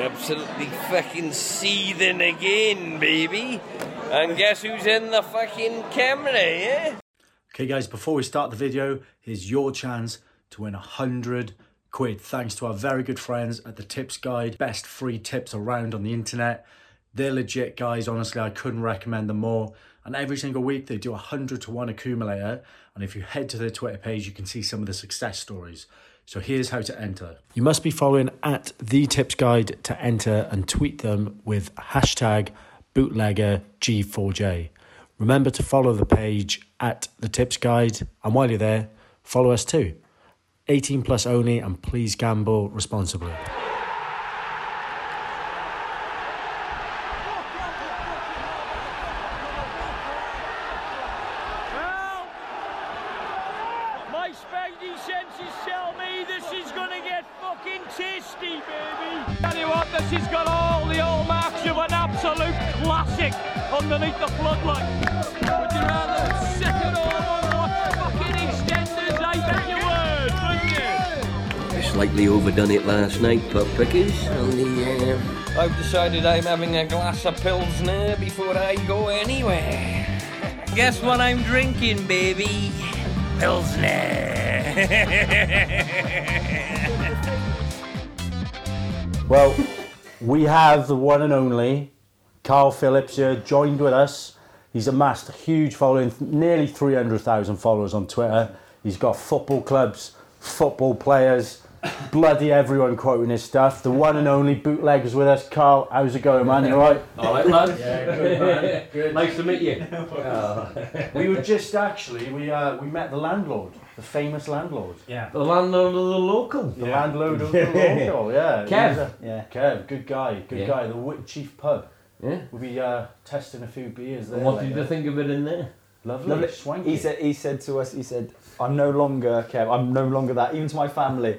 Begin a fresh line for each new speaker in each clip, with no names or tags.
absolutely fucking seething again, baby. And guess who's in the fucking camera, eh?
Okay, guys, before we start the video, here's your chance to win 100 quid thanks to our very good friends at the Tips Guide, best free tips around on the internet. They're legit, guys. Honestly, I couldn't recommend them more. And every single week, they do a 100 to 1 accumulator. And if you head to their Twitter page, you can see some of the success stories. So here's how to enter. You must be following at the tips guide to enter and tweet them with hashtag bootlegger G4J. Remember to follow the page at the tips guide. And while you're there, follow us too. 18 plus only, and please gamble responsibly.
My spidey senses tell me this is gonna get fucking tasty, baby. Tell you what, this has got all the hallmarks of an absolute classic underneath the floodlight. Would you rather sit it all on watch fucking EastEnders? I bet you would, wouldn't you?
Slightly overdone it last night, pup pickers. Only, um, I've decided I'm having a glass of Pilsner before I go anywhere. Guess what I'm drinking, baby? Pilsner.
Well, we have the one and only Carl Phillips here joined with us. He's amassed a huge following, nearly 300,000 followers on Twitter. He's got football clubs, football players, bloody everyone quoting his stuff. The one and only bootleggers with us. Carl, how's it going, man? You all right?
All right, lad.
Good.
Nice to meet you.
we were just actually, we, uh, we met the landlord, the famous landlord.
The landlord of the local.
The landlord of the local, yeah. He was a-
Yeah.
Kev, good guy, good
Yeah.
guy. The Wi- Chief Pub.
Yeah.
We'll be uh, testing a few beers there.
And what did
later.
you think of it in there?
Lovely,
Lovely.
swanky.
He said, he said to us, he said, I'm no longer Kev, I'm no longer that, even to my family.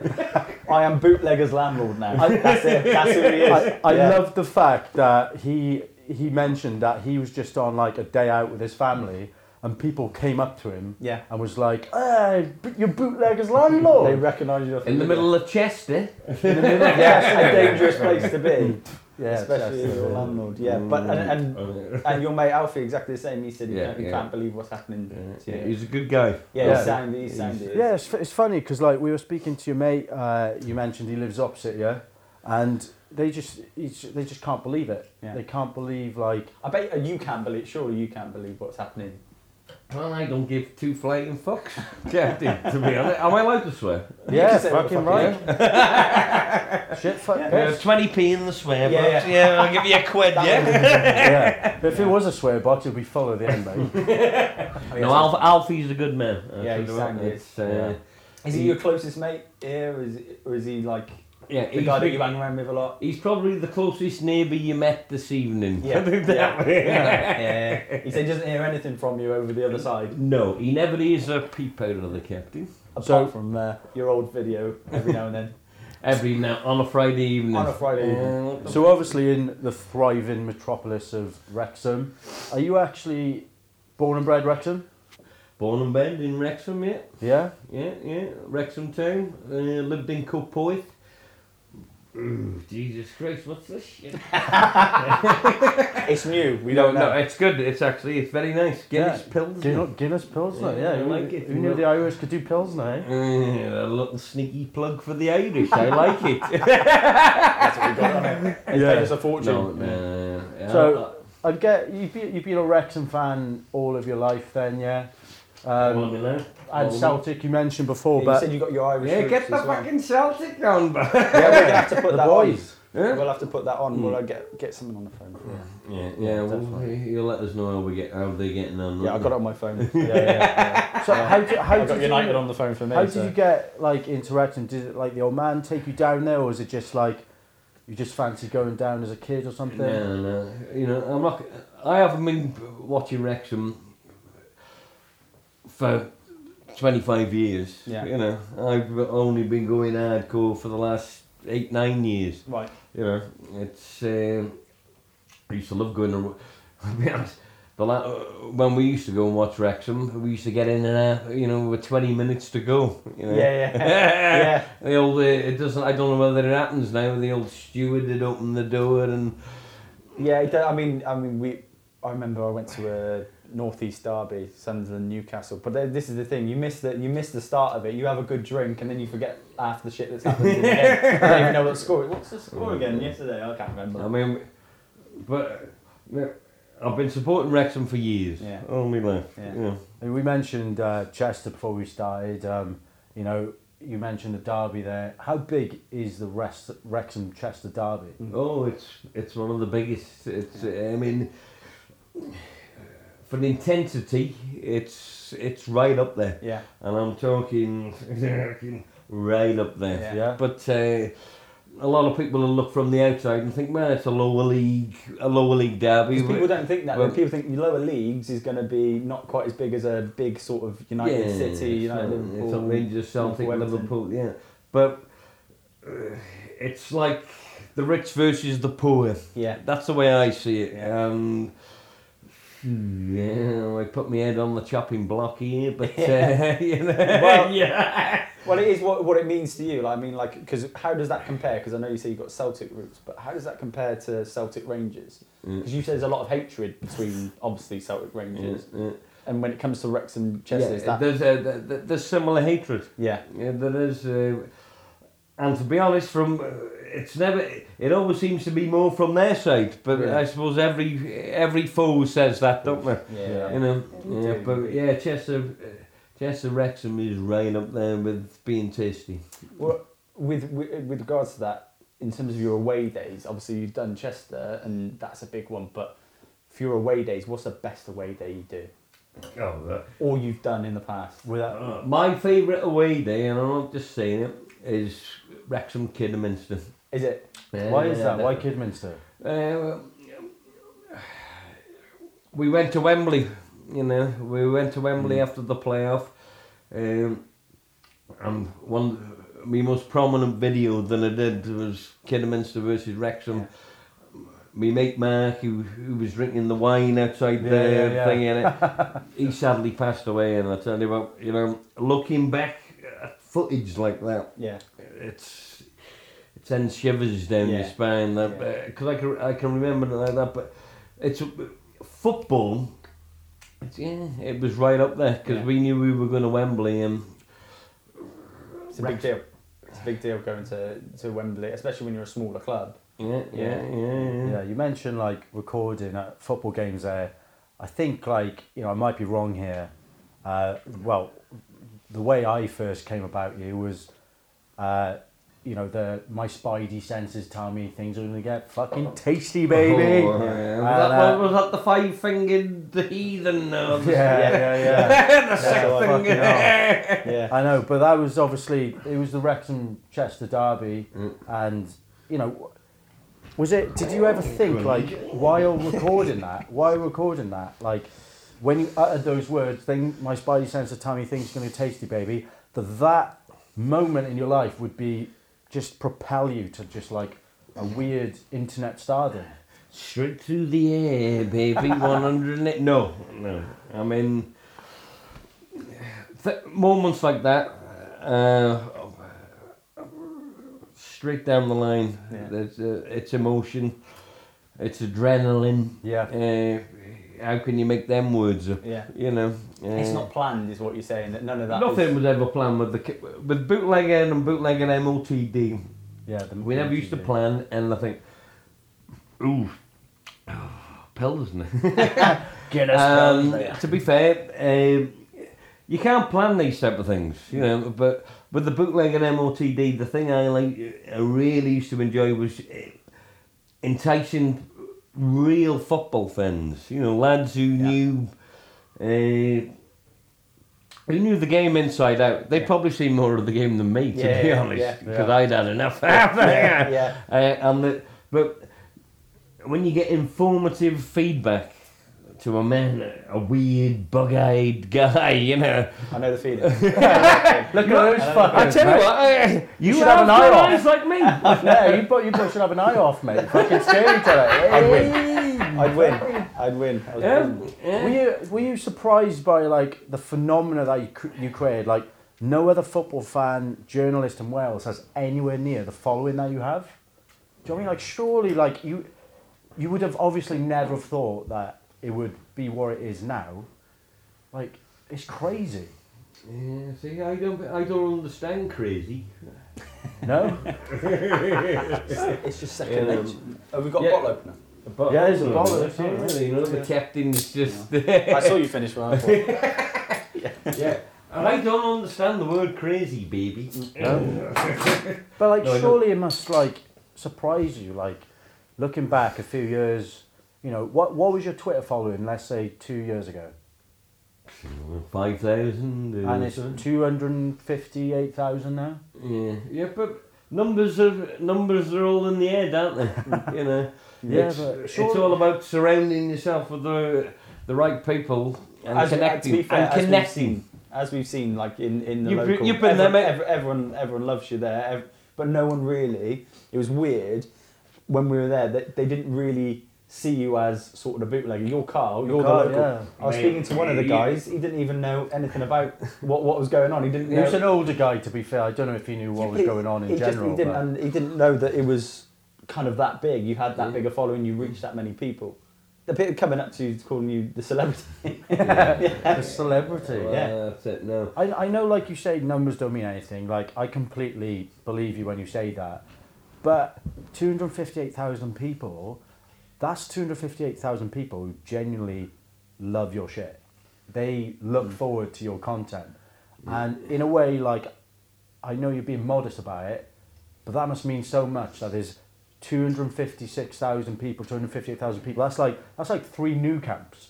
I am bootlegger's landlord now. that's it, that's who he is.
I, I
Yeah.
love the fact that he he mentioned that he was just on like a day out with his family, and people came up to him
Yeah.
and was like, "Hey, but you're bootleggers
They
landlord."
recognise you. off
In the middle of Chester.
yeah, a dangerous place to be.
yeah,
Especially if
that's-
you're a landlord, yeah. Mm. But and,
Oh,
and and your mate Alfie exactly the same. He said, you,
Yeah,
know, you
yeah.
can't believe what's happening. to you.
He's a good guy.
Yeah,
Yeah.
he sounded, he sounded.
Yeah, it's, it's funny because like we were speaking to your mate, uh, you mentioned he lives opposite you, and they just he's, they just can't believe it.
Yeah.
They can't believe like
I bet you- you can't believe. Surely you can't believe what's happening.
Well, I don't give two flying fucks. Yeah, dude, to be honest. Am I allowed to swear?
yeah,
can say what the
fucking
fuck you
right. Shit, fuck
Yeah,
yeah.
20p Uh, in the swear
Yeah,
box. Yeah, I'll give you a quid, yeah?
yeah. But if it was a swear box, it'd be full at the end, mate.
No, Alf, Alfie's a good man. I
Yeah,
tell
he
you what,
sounded.
it's, uh,
Is he your closest mate here, or is, or is he like
yeah,
the
he's
guy that
big-
you hang around with a lot?
He's probably the closest neighbour you met this evening.
Yeah.
Put it that way.
yeah. yeah. He said he doesn't hear anything from you over the other side,
No, he never hears a peep out of the captain.
apart from uh, your old video every now and then
Every now on a Friday evening.
on a Friday. evening.
Uh,
so obviously, in the thriving metropolis of Wrexham, are you actually born and bred Wrexham?
Born and bred in Wrexham, yeah.
Yeah.
Yeah, yeah. Wrexham town. Uh, lived in Copoith. Ooh, Jesus Christ, what's this shit?
It's new. We
no,
don't
no,
know.
it's good. It's actually, it's very nice. Guinness
Yeah.
pills.
Guinness, Guinness Pilsner.
Yeah,
Yeah.
I
who-
like it.
Who knew the Irish could do Pilsner? Eh?
Uh, a little sneaky plug for the Irish. I like it.
It's
Yeah.
paid us a fortune.
no, no, yeah,
So- I get you've been, you've been a Wrexham fan all of your life, then, yeah.
I-
Um,
Well, you know.
and
well,
Celtic, you mentioned before,
You
Oh, but
said you got your Irish.
Yeah,
roots
get the
as well.
fucking Celtic down, bro.
Yeah, we're gonna have to put
the
that
boys.
on.
Yeah.
We'll have to put that on. We'll uh, get get someone on the phone. For you.
Yeah, yeah. Well,
definitely.
you'll let us know how we get how they're getting on.
Yeah, I got it on my phone.
Yeah, yeah, yeah. So how did how
I got
did
United
you,
on the phone for me.
how
so.
did you get like interacting? Did it like the old man take you down there, or was it just like you just fancy going down as a kid or something?
No, no. You know, I'm not. I haven't been watching Wrexham for 25 years.
Yeah.
You know, I've only been going hardcore for the last eight, nine years.
Right.
You know, it's. Um, I used to love going to. I'll be honest. The The la- uh, when we used to go and watch Wrexham, we used to get in and out, you know, with 20 minutes to go. You know?
Yeah, yeah. Yeah.
The old, uh, it doesn't, I don't know whether it happens now, the old steward had opened the door and,
Yeah, it do- I mean, I mean, we. I remember I went to a northeast derby, Sunderland, Newcastle. But then, this is the thing: you miss the you miss the start of it. You have a good drink, and then you forget half the shit that's happened. in the game. You don't even know what the score. What's the score again?
Mm.
Yesterday, I can't
I
remember.
mean, but uh, I've been supporting Wrexham for years.
Yeah.
Only left.
Yeah.
yeah.
And we mentioned uh, Chester before we started. Um, you know, you mentioned the derby there. How big is the rest, Wrexham Chester derby?
Oh, it's it's one of the biggest. It's I mean, for the intensity, it's it's right up there.
Yeah.
And I'm talking right up there.
Yeah.
Yeah.
But uh, a lot of people will look from the outside and think, man, it's a lower league, a lower league derby.
Because people don't think that.
Well-
people think lower leagues is going to be not quite as big as a big sort of United City,
it's
United
not-
Liverpool.
It's a Rangers, Celtic,
Liverpool, Everton.
Liverpool, yeah. But uh, it's like the rich versus the poor.
Yeah.
That's the way I see it. Um, Hmm, yeah, I put my head on the chopping block here, but uh, you know,
Well-
yeah.
Well, it is what, what it means to you. Like, I mean, like, because how does that compare? Because I know you say you've got Celtic roots, but how does that compare to Celtic Rangers? Because you say there's a lot of hatred between, obviously, Celtic Rangers. And when it comes to Wrexham Chester, is
Yeah,
that.
there's a th- th- there's similar hatred.
yeah.
Yeah, there is. Uh, and to be honest, from uh, it's never. It always seems to be more from their side, but
Yeah.
I suppose every every foe says that, don't they?
Yeah.
You know. Yeah, but yeah, Chester, uh, Chester Wrexham is right up there with being tasty.
Well, with, with, with regards to that, in terms of your away days, obviously you've done Chester, and that's a big one, but for your away days, what's the best away day you do?
Oh,
Or you've done in the past?
Without,
my favourite away day, and I'm not just saying it, is Wrexham Kidderminster.
Is it?
why is
Yeah,
that? Why Kidminster?
Uh, we went to Wembley, you know. We went to Wembley
Mm.
after the playoff. Um, and one, my most prominent video that I did was Kidderminster versus Wrexham. Me mate Mark, who, who was drinking the wine outside
Yeah,
the
yeah, yeah.
thing in it, he sadly passed away. And I tell you what, you know, looking back at footage like that,
Yeah.
it's it sends shivers down your
Yeah.
spine that
Yeah.
because I can I can remember it like that, but it's football. It's, yeah, it was right up there because
Yeah.
we knew we were going to Wembley and
It's a big deal. It's a big deal going to, to Wembley, especially when you're a smaller club.
yeah, yeah, yeah. yeah.
Yeah, you mentioned like recording at football games there. I think like you know I might be wrong here. Uh, well, the way I first came about you was, uh, you know, the my spidey senses tell me things are gonna get fucking tasty, baby.
Oh, yeah.
And,
Was, that,
uh,
was that the five fingered heathen or the,
yeah, yeah, yeah.
the six
what I-
fingered?
Yeah.
I know, but that was obviously it was the Wrexham Chester derby, and you know, was it? Did you ever think like while recording that, while recording that, like when you uttered those words, then my spidey sense of tummy thing's going to tasty baby. That that moment in your life would be just propel you to just like a weird internet stardom.
Straight through the air, baby. 108. No, no. I mean, th- moments like that, uh, straight down the line.
Yeah.
There's, uh, it's emotion, it's adrenaline.
Yeah.
Uh, how can you make them words up?
Yeah.
You know?
It's
uh,
not planned, is what you're saying. That none of that.
Nothing
is-
was ever planned with the ki- with bootlegging and bootlegging MOTD.
Yeah, the,
We never used to plan anything. Ooh, Pilsner.
Get us down
Um,
there.
to be fair, um, you can't plan these type of things, you know. But with the bootleg and MOTD, the thing I like, I really used to enjoy was eh, enticing real football fans. You know, lads who knew. Uh, who knew the game inside out? They probably seen more of the game than me, to
Yeah,
be
yeah,
honest,
yeah.
because
Yeah.
I'd had enough.
yeah.
Uh, and the, but when you get informative feedback to a man, a weird, bug-eyed guy, you know.
I know the feeling.
Look at those fuckers.
Uh, I tell you
mate.
what, I, you
should
have,
have an eye
good
on.
eyes like me.
No, you, bo- you both should have an eye off, mate. Fucking scary to it.
I'd win. I'd win. I'd win. I was
Yeah,
winning.
yeah.
Were you were you surprised by like the phenomena that you, cr- you created? Like no other football fan, journalist in Wales has anywhere near the following that you have. Do you know what I mean? Like surely, like you, you would have obviously never have thought that it would be what it is now. Like it's crazy.
Yeah, see, I don't, I don't understand crazy.
No,
It's just
Yeah. um,
second nature. Have we got
Yeah.
a bottle opener?
But
Yeah, there's a
also,
bottle,
that's
yeah.
it, really, you know, the captain's just
I saw you finish one. I thought.
yeah. Mm. And I don't understand the word crazy, baby.
but like
No, I know.
surely it must like surprise you. Like looking back a few years, you know what what was your Twitter following? Let's say two years ago.
Five thousand. uh,
and it's 258,000 now.
yeah, yeah, but numbers are numbers are all in the head, aren't they? you know,
Yeah,
it's,
but
it's
surely-
all about surrounding yourself with the the right people and
As- uh,
connecting
to be fair,
and
as we've
connecting.
As we've seen, like in, in the
You've-
local,
you've been there,
everyone,
mate.
ev- everyone everyone loves you there, ev- but no one really. It was weird when we were there that they didn't really see you as sort of the bootlegger. You're Carl, you're
Carl,
the local.
yeah.
I was
Mate,
speaking to one of the
you-
guys. He didn't even know anything about what what was going on. He didn't.
He
know.
was an older guy, to be fair. I don't know if he knew what was
He-
going on in
he just-
general.
he didn't,
but-
and he didn't know that it was kind of that big. You had that big a following. You reached that many people. The people coming up to you calling you the celebrity.
a celebrity.
Well,
yeah.
that's it. No,
I, I know, like you say, numbers don't mean anything. Like, I completely believe you when you say that. But 258,000 people, that's 258,000 people who genuinely love your shit. They look
Hmm.
forward to your content. And in a way, like, I know you're being modest about it, but that must mean so much that there's 256,000 people, 258,000 people. That's like, that's like three new camps.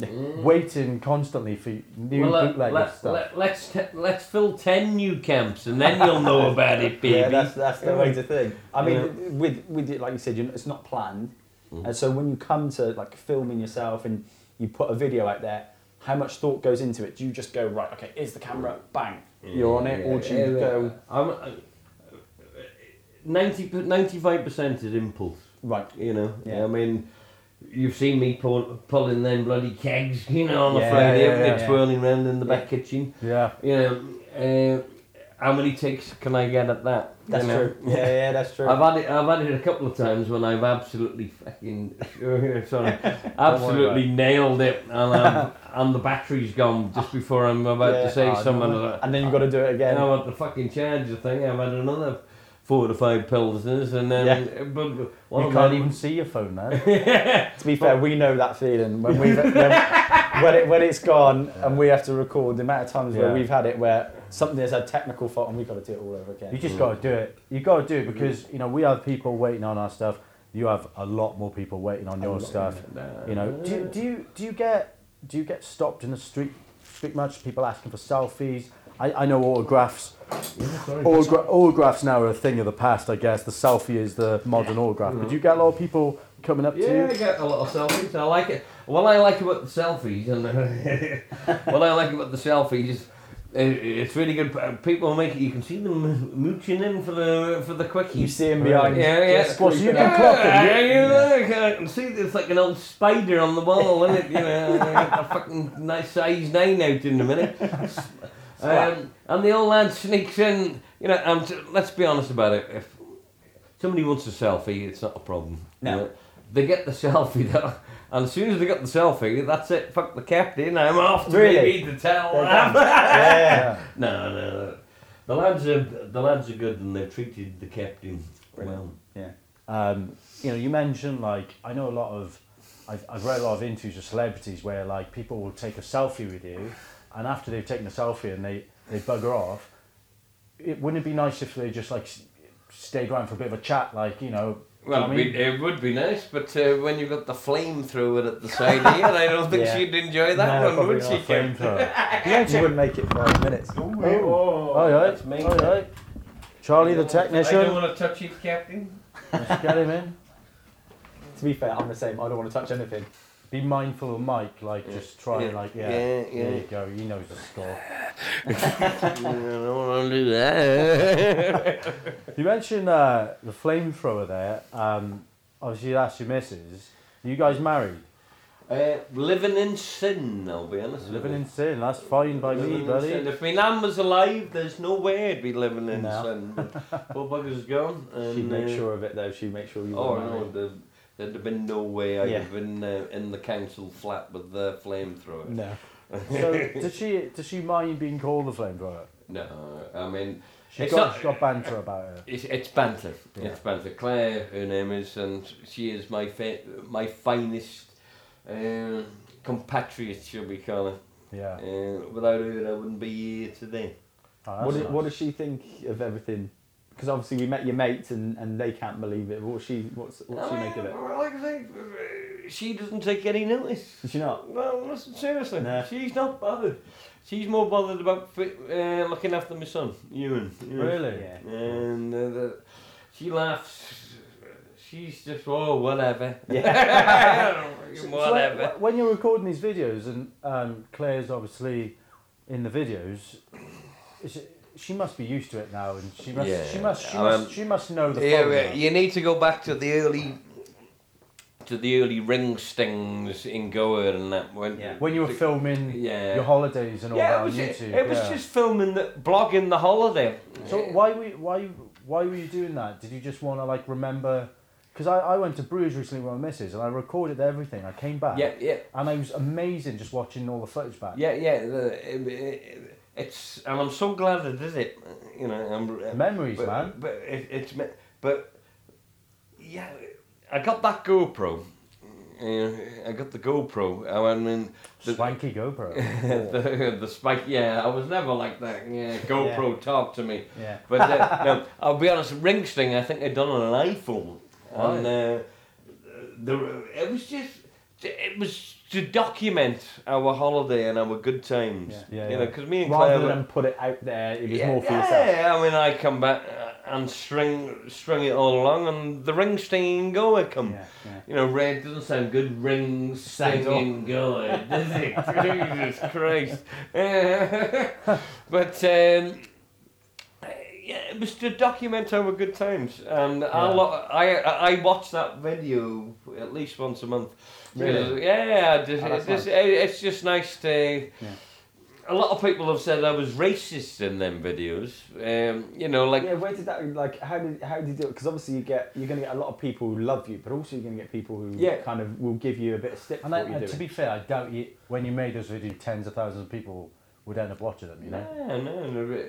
Waiting constantly for new
well, let,
bootlegger
let,
stuff.
let, let's te- let's fill ten new camps and then you'll know about it, baby.
Yeah, that's that's the way to think. I mean,
Yeah.
with with it, like you said, you know, it's not planned,
Mm-hmm.
and so when you come to like filming yourself and you put a video out there, how much thought goes into it? Do you just go right? Okay, here's the camera, bang, you're on it, or do you
Yeah,
go
I'm, I- 90, 95% is impulse,
right?
you know?
Yeah.
I mean, you've seen me pull, pulling them bloody kegs, you know, on a
Yeah,
Friday,
yeah,
everything
yeah.
twirling round in the back kitchen.
Yeah.
You know, uh, how many takes can I get at that? you
That's
know?
true. Yeah, yeah, that's true.
I've had it. I've had it a couple of times when I've absolutely fucking sorry, absolutely nailed it, and I'm, and the battery's gone just before I'm about
Yeah.
to say
Oh, no
something.
way.
like that.
and then you've got to do it again.
And I want the fucking charger thing. I've had another four to five pilsners, and then
Yeah.
but
You
Um,
can't even see your phone now.
To be fair, we know that feeling when we when, when, it, when it's gone and we have to record the amount of times
Yeah.
where we've had it where something has had technical fault and we've got to do it all over
You
again.
just got to do it. You got to do it because you know we have people waiting on our stuff. You have a lot more people waiting on your stuff. You know, do, you- do you do you get do you get stopped in the street street much? People asking for selfies. I, I know autographs. Autogra- autographs now are a thing of the past, I guess. The selfie is the modern autograph. But do you get a lot of people coming up
Yeah,
to
I
you?
get a lot of selfies. I like it. What I like about the selfies, and what I like about the selfies is. it- It's really good. People make it. You can see them mooching in for the for the quickies.
You see him behind.
Yeah, yeah.
just
Well, so you
creeping
can
up.
clock it,
Yeah, yeah, yeah. I can see there's like an old spider on the wall, isn't it? You know, I got a fucking nice size nine out in a minute. Um, and the old lad sneaks in, you know, and t- let's be honest about it. If somebody wants a selfie, it's not a problem.
No.
You know, They get the selfie, though, and as soon as they got the selfie, that's it. Fuck the captain, I'm off to
Really?
read the towel.
They're done. yeah.
no, no. The lads are the lads are good, and they've treated the captain well.
yeah.
um, you know, you mentioned like I know a lot of, I've, I've read a lot of interviews with celebrities where like people will take a selfie with you, and after they've taken a selfie and they they bugger off, it wouldn't it be nice if they just like s- stayed around for a bit of a chat, like you know. do you know
Well,
what I
it,
mean,
be, it would be nice, but uh, when you've got the flamethrower at the side here, I don't think
Yeah.
she'd enjoy that
No,
one,
probably
would she,
not.
Kim?
You wouldn't make it five minutes.
all right,
that's me.
all right. Charlie the
I don't
technician,
want to touch you, Captain.
get him in.
To be fair, I'm the same. I don't want to touch anything.
Be mindful of Mike, like just try and
Yeah,
like yeah,
yeah,
there
yeah.
you go. He knows the score.
I don't want to do that.
You mentioned uh, the flamethrower there. Um, obviously, that's your missus. Are you guys married?
Uh, living in sin, I'll be honest. with
Living
you.
in sin, that's fine by
Living
me,
in
buddy.
sin. If my nan was alive, there's no way I'd be living in
No.
sin. But poor bugger's gone. And,
She'd make
uh,
sure of it though. She'd make sure you.
Oh,
weren't
no,
married.
there, there'd have been no way I'd
Yeah.
have been uh, in the council flat with the flamethrower.
No.
So does she does she mind being called the flamethrower?
No, I mean,
She
It's
got,
not-
she got banter about her.
it's, it's banter.
Yeah.
It's banter. Claire, her name is, and she is my fa- my finest uh, compatriot, shall we call her.
Yeah.
Uh, without her, I wouldn't be here today.
Oh,
What,
that's
did, what
nice.
does she think of everything? Because obviously we met your mates and, and they can't believe it. What she what's what's she
I
make of it?
well, Like I say, uh, she doesn't take any notice.
Did she not?
Well, listen, seriously,
Nah.
she's not bothered. She's more bothered about fi- uh, looking after my son, Ewan. Ewan.
Really?
Yeah.
And uh, the, she laughs. She's just, oh, whatever.
So- so when-
whatever.
when you're recording these videos and um, Claire's obviously in the videos, is it- she must be used to it now, and she must
Yeah.
she must she,
Um,
must, she must know the
Yeah,
formula.
well, you need to go back to the early to the early ring stings in Goa and that. When,
Yeah.
When you were filming
Yeah.
your holidays and all that
yeah, it
on
was,
YouTube,
it was
yeah.
just filming the blogging the holiday.
So why were you, why why were you doing that? Did you just want to like remember? Because I, I went to Bruges recently with my missus and I recorded everything. I came back
Yeah, yeah.
and I was amazing just watching all the footage back.
Yeah, yeah. The, it, it, it's and I'm so glad I did it. You know, I'm,
Memories,
but,
man.
But it, it's me- but yeah, I got that GoPro. Yeah, I got the GoPro. I mean, the,
Swanky GoPro.
the, the spike. Yeah, I was never like that. Yeah, GoPro talked to me.
Yeah.
But uh, no, I'll be honest. Ring sting. I think I'd done on an iPhone, and uh, the it was just it was to document our holiday and our good times.
Yeah,
you
yeah.
know, because me and Claire.
Rather
were-
than put it out there, it was
yeah,
more for yourself.
yeah, I mean, I come back uh, and string string it all along, and the ring stinging goer come.
Yeah, yeah.
You know, red doesn't sound good. Ring
Sounds
stinging goer, does it? Jesus Christ! but um, yeah, it was to document our good times, and I, lo- I I watch that video at least once a month.
Really?
Yeah, I just,
Oh, that's
it's, just, it- it's just nice to a lot of people have said I was racist in them videos. Um, you know, like
Yeah, where did that like? How did how did you do it? Because obviously you get you're gonna get a lot of people who love you, but also you're gonna get people who
Yeah.
kind of will give you a bit of stick for
and I,
what you're
and to
doing.
be fair, I doubt you when you made those videos, tens of thousands of people would end up watching them. You know.
no, no, no. uh,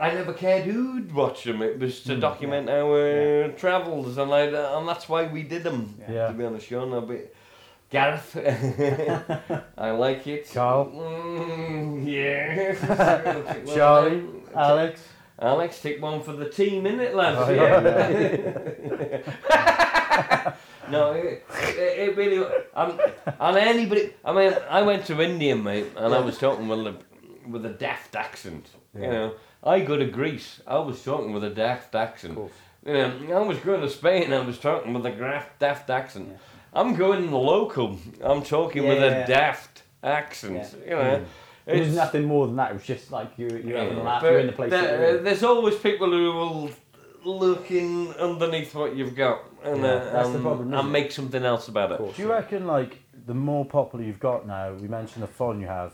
I never cared who'd watch them. It was
Hmm,
to document our travels, and I, and that's why we did them.
Yeah.
To be honest, Sean, I'll be. Gareth, I like it.
Carl.
Mm, yeah.
Charlie, Alex,
Alex, take one for the team, innit, lads?
Oh,
yeah.
yeah.
no, it, it, it really. I'm, and anybody. I mean, I went to India, mate, and I was talking with a, with a daft accent. You know, I go to Greece. I was talking with a daft accent. You know, I was going to Spain. I was talking with a graf, daft accent. I'm going local. I'm talking with
Yeah.
a daft accent. You know.
It was
It's-
nothing more than that. It was just like you you are having a laugh.
but
You're in the place.
there-
that you're in.
There's always people who will look in underneath what you've got and, uh,
that's the
and-
problem, isn't
and
it?
make something else about it.
do you reckon like the more popular you've got now? We mentioned the fun you have.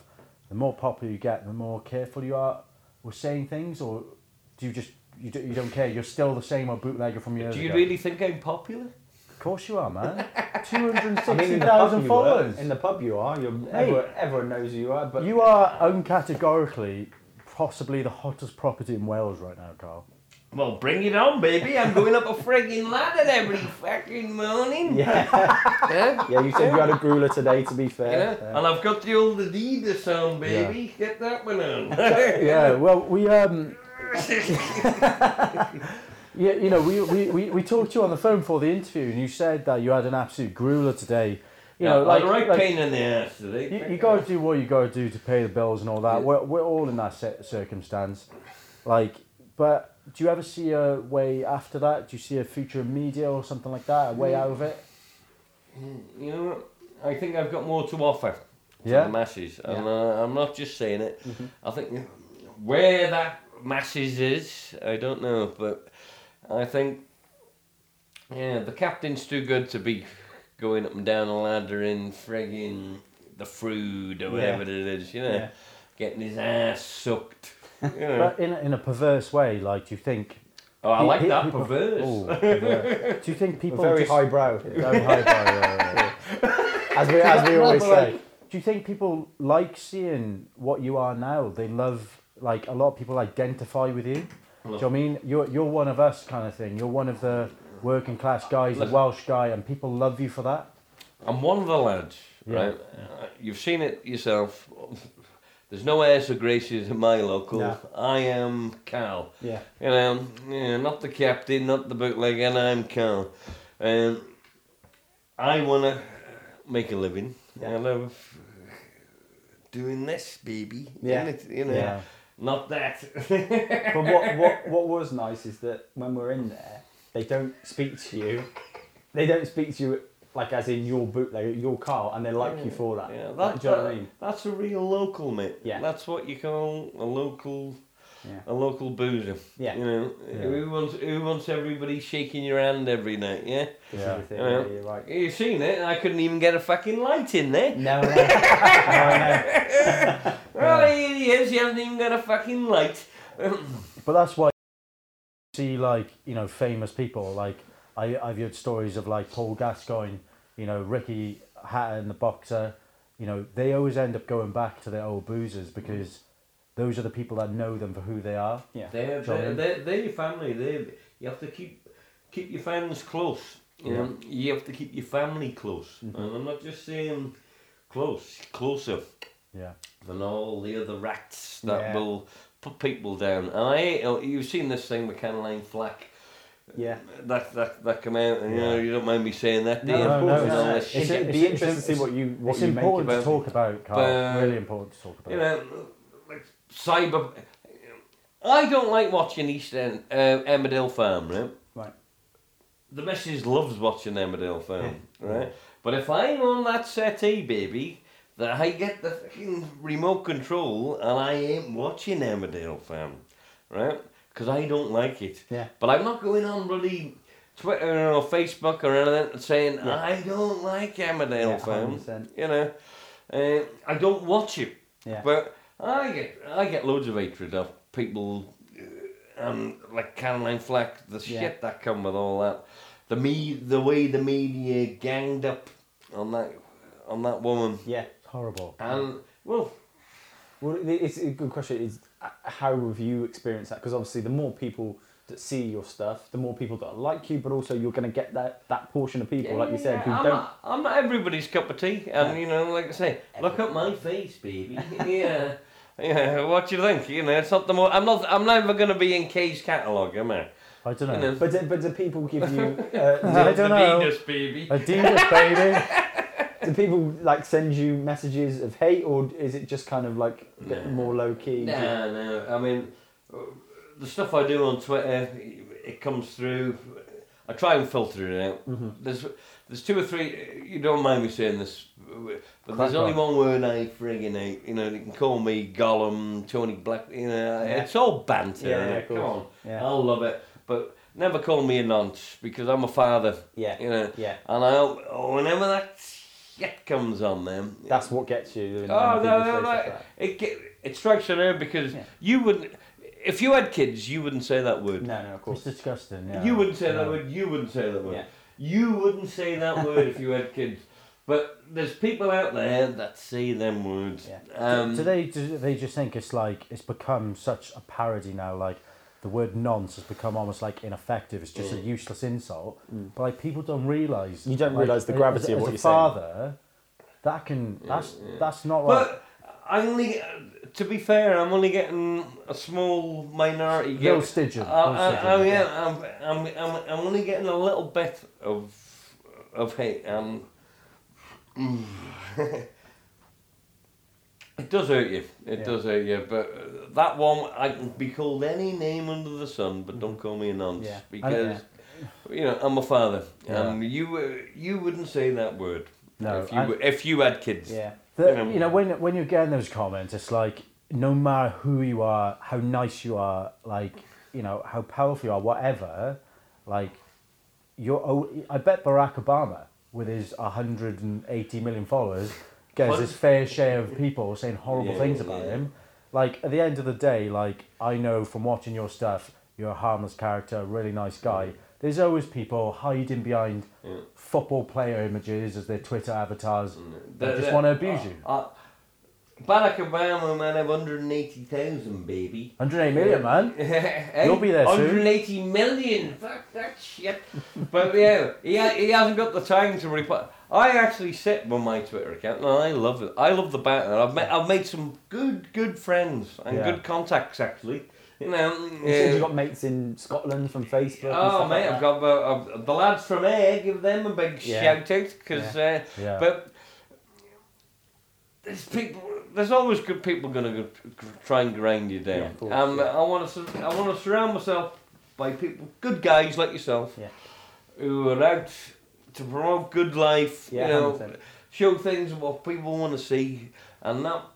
The more popular you get, the more careful you are with saying things, or do you just you, do, you don't care? You're still the same old bootlegger from years
Do you
ago.
really think I'm popular?
Of course you are, man. Two hundred
I mean, in
sixty
the pub
thousand
you are.
followers.
In the pub you are. You're, everyone, everyone knows who you are. But
You are uncategorically possibly the hottest property in Wales right now, Carl.
Well, bring it on, baby. I'm going up a frigging ladder every fucking morning.
yeah,
Huh?
yeah. You said you had a grueler today. To be
You
fair.
know? And I've got the old Adidas sound, baby. Get that one on.
Yeah, well, we um, yeah, you know, we, we, we, we talked to you on the phone for the interview, and you said that you had an absolute grueler today. You know, like,
a right
like,
pain in the ass today.
you, you got to do what you got to do to pay the bills and all that. We're, we're all in that cir- circumstance, like. But do you ever see a way after that? Do you see a future in media or something like that? A way out of it?
you know what? I think I've got more to offer to
Yeah. Mm-hmm.
the masses, and uh, I'm not just saying it. I think where that masses is, I don't know, but I think yeah, the captain's too good to be going up and down a ladder in friggin' the food or whatever it is, you know,
Yeah.
getting his ass sucked. You know.
But in a, in a perverse way, like, do you think.
oh, I like
pe-
that
people-
perverse.
Ooh, perverse. do you think people.
Very
just-
highbrow,
Very high brow, yeah, yeah, yeah.
as we as we always
No, but,
say.
like, do you think people like seeing what you are now? They love, like, a lot of people identify with you. Do you know what I mean? You're, you're one of us kind of thing. You're one of the working class guys, the
Look.
Welsh guy, and people love you for that.
I'm one of the lads, right? Uh, You've seen it yourself. There's no air so gracious in my local.
No.
I am Cal.
Yeah.
You know, yeah, not the captain, not the bootlegger, and I'm Cal. Um, I want to make a living. I
Yeah.
love doing this, baby.
Yeah.
Innit? You know,
Yeah.
not that.
But what, what what was nice is that when we're in there, they don't speak to you. They don't speak to you like as in your bootleg, your car, and they like you for that.
Yeah, that,
Like, do you know what I
that-
mean?
That's a real local, mate.
Yeah.
That's what you call a local,
Yeah.
a local boozer.
Yeah.
You know, who wants who wants everybody shaking your hand every night? Yeah.
This
Yeah.
is the thing.
Yeah.
yeah, you're right.
You've seen it. I couldn't even get a fucking light in there.
No, no, no, no.
Well, here he is. You haven't even got a fucking light.
But that's why you see like you know famous people like I I've heard stories of like Paul Gascoigne, you know Ricky Hatton the boxer, you know they always end up going back to their old boozers because those are the people that know them for who they are.
Yeah.
They're, they're,
Johnny.
they're, they're your family. They you have to keep keep your fans close. You, know, you have to keep your family close,
Mm-hmm.
and I'm not just saying close, closer.
Yeah,
than all the other rats that
Yeah.
will put people down. And I hate, oh, you've seen this thing with Caroline Flack
Yeah.
that that that come out, and you know you don't mind me saying that, do
No,
you?
no,
And
no,
all
no,
this
it's-
shit.
It'd be interesting to see what you what
it's
you make
important
about.
about
to
it.
talk about, Carl.
But-
really important to talk about.
you know, like cyber. I don't like watching East End, uh, Emmerdale Farm, right?
Right.
The missus loves watching Emmerdale Farm, right? But if I'm on that settee, baby, that I get the fucking remote control and I ain't watching Emmerdale Farm, right? Because I don't like it.
Yeah.
But I'm not going on really Twitter or Facebook or anything saying, I don't like Emmerdale
Yeah,
Farm.
100%.
You know, uh, I don't watch it.
Yeah.
But I get I get loads of hatred of people, uh, um, like Caroline Flack, the
Yeah.
shit that come with all that, the me the way the media ganged up on that on that woman,
Yeah.
It's horrible.
and well,
Well, it- it's a good question. Is uh, how have you experienced that? Because obviously, the more people that see your stuff, the more people that like you, but also you're going to get that that portion of people, like you said, who
I'm
don't.
Not, I'm not everybody's cup of tea, and you know, like I say, look at my face, baby. yeah, yeah. What do you think? You know, it's not the more. I'm not. I'm never going to be in Kay's catalogue, am I?
I don't know.
You know,
But do, but do people give you? Uh,
I don't know.
Adidas, baby.
Adidas, baby.
do, do people like send you messages of hate, or is it just kind of like a bit more low key?
No, no. I mean, uh, the stuff I do on Twitter, it comes through. I try and filter it out.
Mm-hmm.
There's, there's two or three. You don't mind me saying this, but there's
Crack
only
on.
one word I friggin' hate. You know, you can call me Gollum, Tony Black. You know, it's all banter.
Yeah,
isn't
yeah,
it?
of
come
course.
on.
Yeah.
I love it, but never call me a nonce because I'm a father.
Yeah,
You know.
yeah.
And I, oh, whenever that shit comes on them,
That's what gets you. when-
Oh
when people
no, no,
say stuff like
no!
that.
It ge- it strikes a nerve because
Yeah.
you wouldn't. If you had kids, you wouldn't say that word.
No, no, of
It's
course.
disgusting. Yeah.
You wouldn't say that
Yeah.
word. You wouldn't say that word.
Yeah.
You wouldn't say that word if you had kids. But there's people out there that say them words.
Yeah.
Um,
do they do they just think it's like it's become such a parody now like the word nonce has become almost like ineffective it's just a useless insult but like people don't realize
Mm. You don't
like,
realise the
as- as,
gravity of what
as a
you're saying.
father that can that's that's not right
but I only, to be fair, I'm only getting a small minority.
Little
get-
stidgen,
I, I,
little
I,
stidgen,
oh, yeah, I'm, I'm, I'm, I'm only getting a little bit of of hate. Um, it does hurt you. It does hurt you. But uh, that one, I can be called any name under the sun, but don't call me a nonce
Yeah.
because. You know, I'm a father,
Yeah.
and you uh, you wouldn't say that word
No,
if you
I-
were- if you had kids.
Yeah.
The-
you know-
you know when when you're getting those comments it's like no matter who you are how nice you are like you know how powerful you are whatever like you're o- i bet barack obama with his 180 million followers, gets his fair share of people saying horrible
Yeah,
things about
yeah.
him. Like at the end of the day, like I know from watching your stuff, you're a harmless character, a really nice guy. There's always people hiding behind football player images as their Twitter avatars.
Mm,
They Ah.
That-
just
that-
want to abuse you.
Uh, Barack Obama, man, have 180,000, baby.
108 million, man.
Hey,
You'll be there soon.
180 million. Fuck that shit. but yeah, he, ha- he hasn't got the time to reply. I actually sit with my Twitter account, and I love it. I love the banter. I've met, I've made some good, good friends and
Yeah.
good contacts actually. You know,
You said
uh,
you got mates in Scotland from Facebook. and
Oh
stuff
mate,
like
I've
that.
got uh, I've, the lads from Air. Give them a big
Yeah.
shout out because, uh,
Yeah.
but there's people. There's always good people going to try and grind you
Yeah,
down.
of course,
um,
yeah.
I want to. I want to surround myself by people, good guys like yourself,
Yeah.
who are out to promote good life.
Yeah,
you know,
100%.
show things what people want to see, and not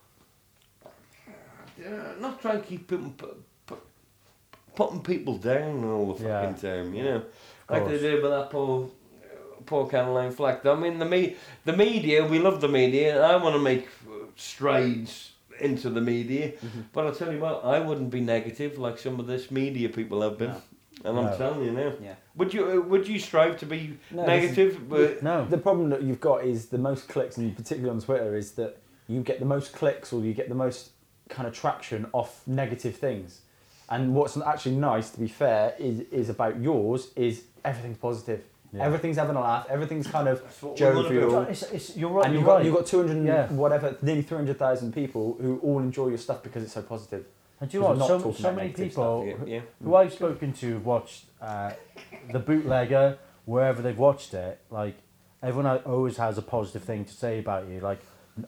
uh, not try and keep putting, pu- pu- putting people down all the
Yeah.
fucking time, you know. Like they
course.
did with that poor, poor Caroline Flack. I mean, the, me- the media, we love the media, and I want to make uh, strides into the media,
Mm-hmm.
but I tell you what, I wouldn't be negative like some of this media people have been. And I'm
No.
telling you now.
Yeah.
Would you uh, would you strive to be
No,
negative? But
No.
The problem that you've got is the most clicks, and particularly on Twitter, is that you get the most clicks or you get the most kind of traction off negative things. And what's actually nice, to be fair, is, is about yours is everything's positive.
Yeah.
Everything's having a laugh. Everything's kind of
what we wanna be.
jovial.
It's, it's, you're right.
and
you're
you've got
right.
you've got 200 and
Yeah.
whatever nearly 300,000 people who all enjoy your stuff because it's so positive.
And do you
Because
know
we're not
what? So,
talking
so
about
many
negative
people
stuff. Yeah, yeah.
who- who I've spoken to have watched uh, the bootlegger wherever they've watched it. Like everyone al- always has a positive thing to say about you. Like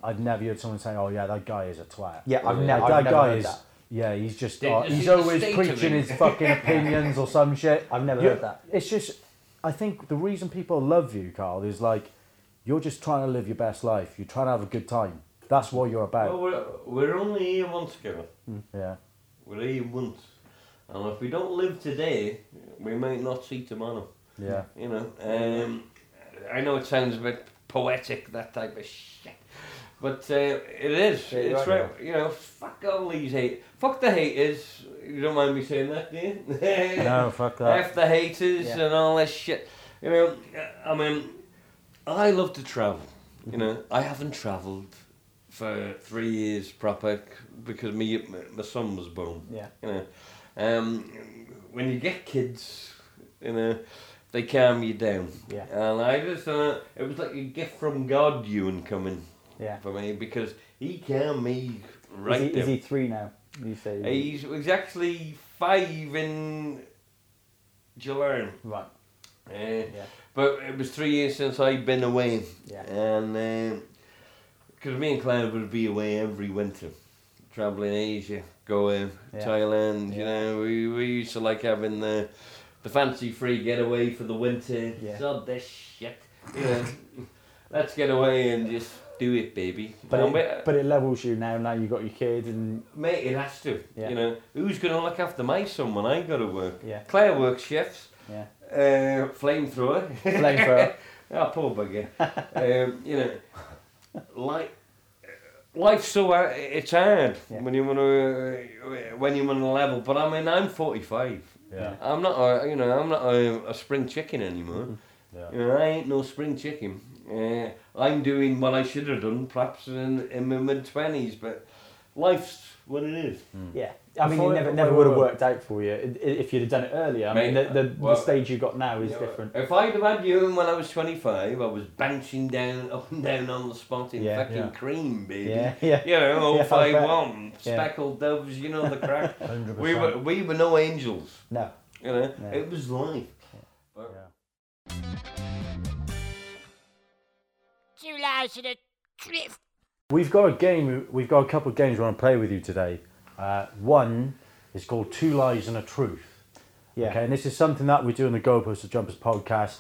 I've never heard someone say, "Oh yeah, that guy is a twat."
Yeah, I've,
Like,
never
that
I've never
guy
heard
is.
that.
Yeah, he's just
Did
uh,
you see
he's
the
always
state of
preaching
him?
his fucking opinions or some shit.
I've never
You-
heard that.
It's just, I think the reason people love you, Carl, is like you're just trying to live your best life. You're trying to have a good time. That's what you're about.
well, oh, we're, we're only here once, Kevin.
yeah.
We're here once. And if we don't live today, we might not see tomorrow.
Yeah.
You know,
Mm-hmm.
um, I know it sounds a bit poetic, that type of shit. But uh, it is.
Yeah, you're
it's
right,
right. You know, fuck all these hate. Fuck the haters. You don't mind me saying that, do you?
No, fuck that.
F the haters
Yeah.
and all this shit. You know, I mean, I love to travel. You know,
Mm-hmm.
I haven't travelled for three years proper c- because me my son was born.
Yeah.
You know, um, when you get kids, you know, they calm you down.
Yeah.
And I just uh, it was like a gift from God, you and coming
Yeah.
for me because he calmed me
Is
right
he,
down.
is he three now? You say
He's, he's actually five in July.
right.
Uh, But it was three years since I'd been away.
Yeah.
And because me and Claire would be away every winter, traveling Asia, going
Yeah.
Thailand. You
Yeah.
know, we, we used to like having the the fancy free getaway for the winter.
Yeah.
Sod this shit. You know, let's get away and just do it, baby.
But
And we-
it, but it levels you now. Now you've got your kid, and
Mate, it has to.
Yeah.
You know, who's going to look after my son when I got to work?
Yeah.
Claire works shifts.
Yeah.
Uh, flamethrower.
Flamethrower.
oh, poor bugger. um, you know, life, life's so hard, it's hard
Yeah.
when you want to uh, when you want to level. But I mean, I'm 45.
Yeah.
I'm not a you know I'm not a, a spring chicken anymore.
Yeah.
You know, I ain't no spring chicken. Uh, I'm doing what I should have done, perhaps in, in my mid twenties, but life's what it is.
yeah. I mean,
Before-
it never,
wait,
never
wait,
would have
wait.
worked out for you i- i- if you'd have done it earlier. I mean,
Mate, uh,
the, the,
well,
the stage you got now is
You know, uh,
different.
If I'd have had you when I was 25, I was bouncing down, up and down on the spot in
Yeah,
fucking
yeah.
cream, baby.
Yeah, yeah.
You know,
Yeah, I
051,
Yeah.
speckled doves, you know the crack.
100%.
we, were, we were no angels,
No.
you know.
No.
It was life.
two lives in a cliff.
We've got a game. We've got a couple of games we want to play with you today. Uh, one is called Two Lies and a Truth.
Yeah.
Okay, and this is something that we do in the Goalposts to Jumpers podcast.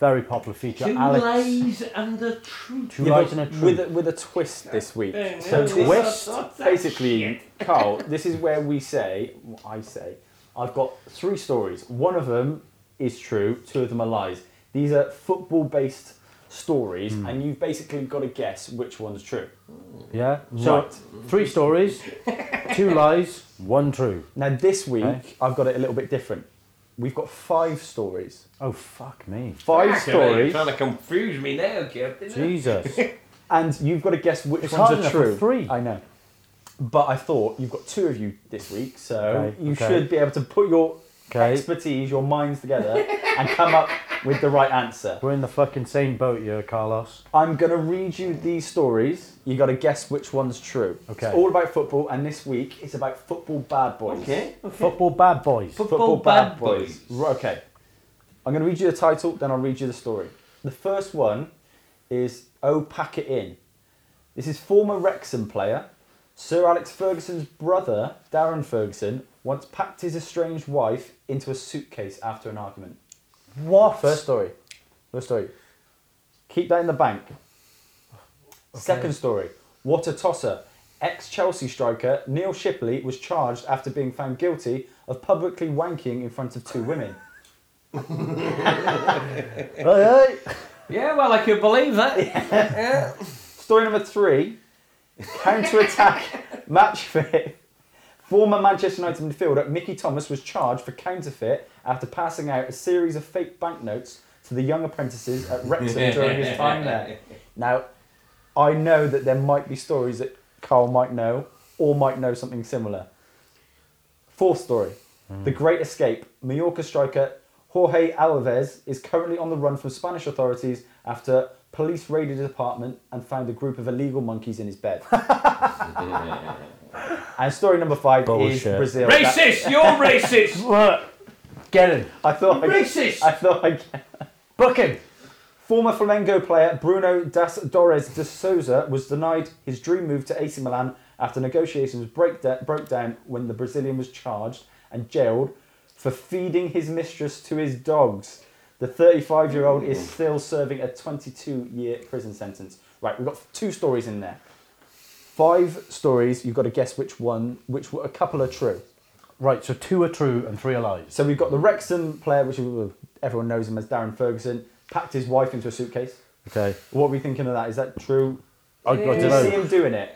Very popular feature.
Two
Alex,
lies and the truth.
Two
Yeah,
Lies
but
and a Truth.
with a, with a twist this week. So
Yeah,
twist,
yeah, yeah.
basically, Carl. This is where we say, well, I say, I've got three stories. One of them is true. Two of them are lies. These are football-based stories, and you've basically got to guess which one's true.
Yeah. So
Right.
three stories, two lies, one true.
Now this week
Okay.
I've got it a little bit different. We've got five stories.
Oh fuck me.
Five
Fucking hell, You're
stories,
trying to confuse me now, Captain.
Jesus.
and you've got to guess which
It's hard
ones are
enough for
true.
three.
I know. But I thought you've got two of you this week, so
Okay,
you
okay.
should be able to put your
Okay.
expertise, your minds together, and come up with the right answer.
We're in the fucking same boat here, Carlos.
I'm gonna read you these stories. You gotta guess which one's true.
Okay.
It's all about football, and this week it's about football bad boys.
Okay.
Football bad boys.
Football, bad, boys.
boys.
Right, okay. I'm gonna read you the title, then I'll read you the story. The first one is Oh Pack It In. This is former Wrexham player. Sir Alex Ferguson's brother, Darren Ferguson, once packed his estranged wife into a suitcase after an argument.
What?
First story. First story. Keep that in the bank. Second story. What a tosser. Ex Chelsea striker Neil Shipley was charged after being found guilty of publicly wanking in front of two women.
Hey, hey.
Yeah, well, I could believe that.
Story number three counter attack match fit. Former Manchester United midfielder Mickey Thomas was charged for counterfeit after passing out a series of fake banknotes to the young apprentices at Wrexham during his time there. Now, I know that there might be stories that Carl might know or might know something similar. Fourth story
Hmm.
The Great Escape. Mallorca striker Jorge Alves is currently on the run from Spanish authorities after police raided his apartment and found a group of illegal monkeys in his bed. and story number five
Bullshit.
is Brazil. That-
racist, you're racist.
Look. Get him.
I thought I,
racist.
I thought I
Book him.
Former Flamengo player Bruno Das Dores de Souza was denied his dream move to AC Milan after negotiations break da- broke down when the Brazilian was charged and jailed for feeding his mistress to his dogs. The 35 year old is still serving a 22 year prison sentence. Right, we've got two stories in there. Five stories, you've got to guess which one, which a couple are true.
Right, so two are true and three are lies.
So we've got the Wrexham player, which everyone knows him as Darren Ferguson, packed his wife into a suitcase.
Okay.
What are we thinking of that? Is that true?
I, I
Do
don't
you see
know.
him doing it?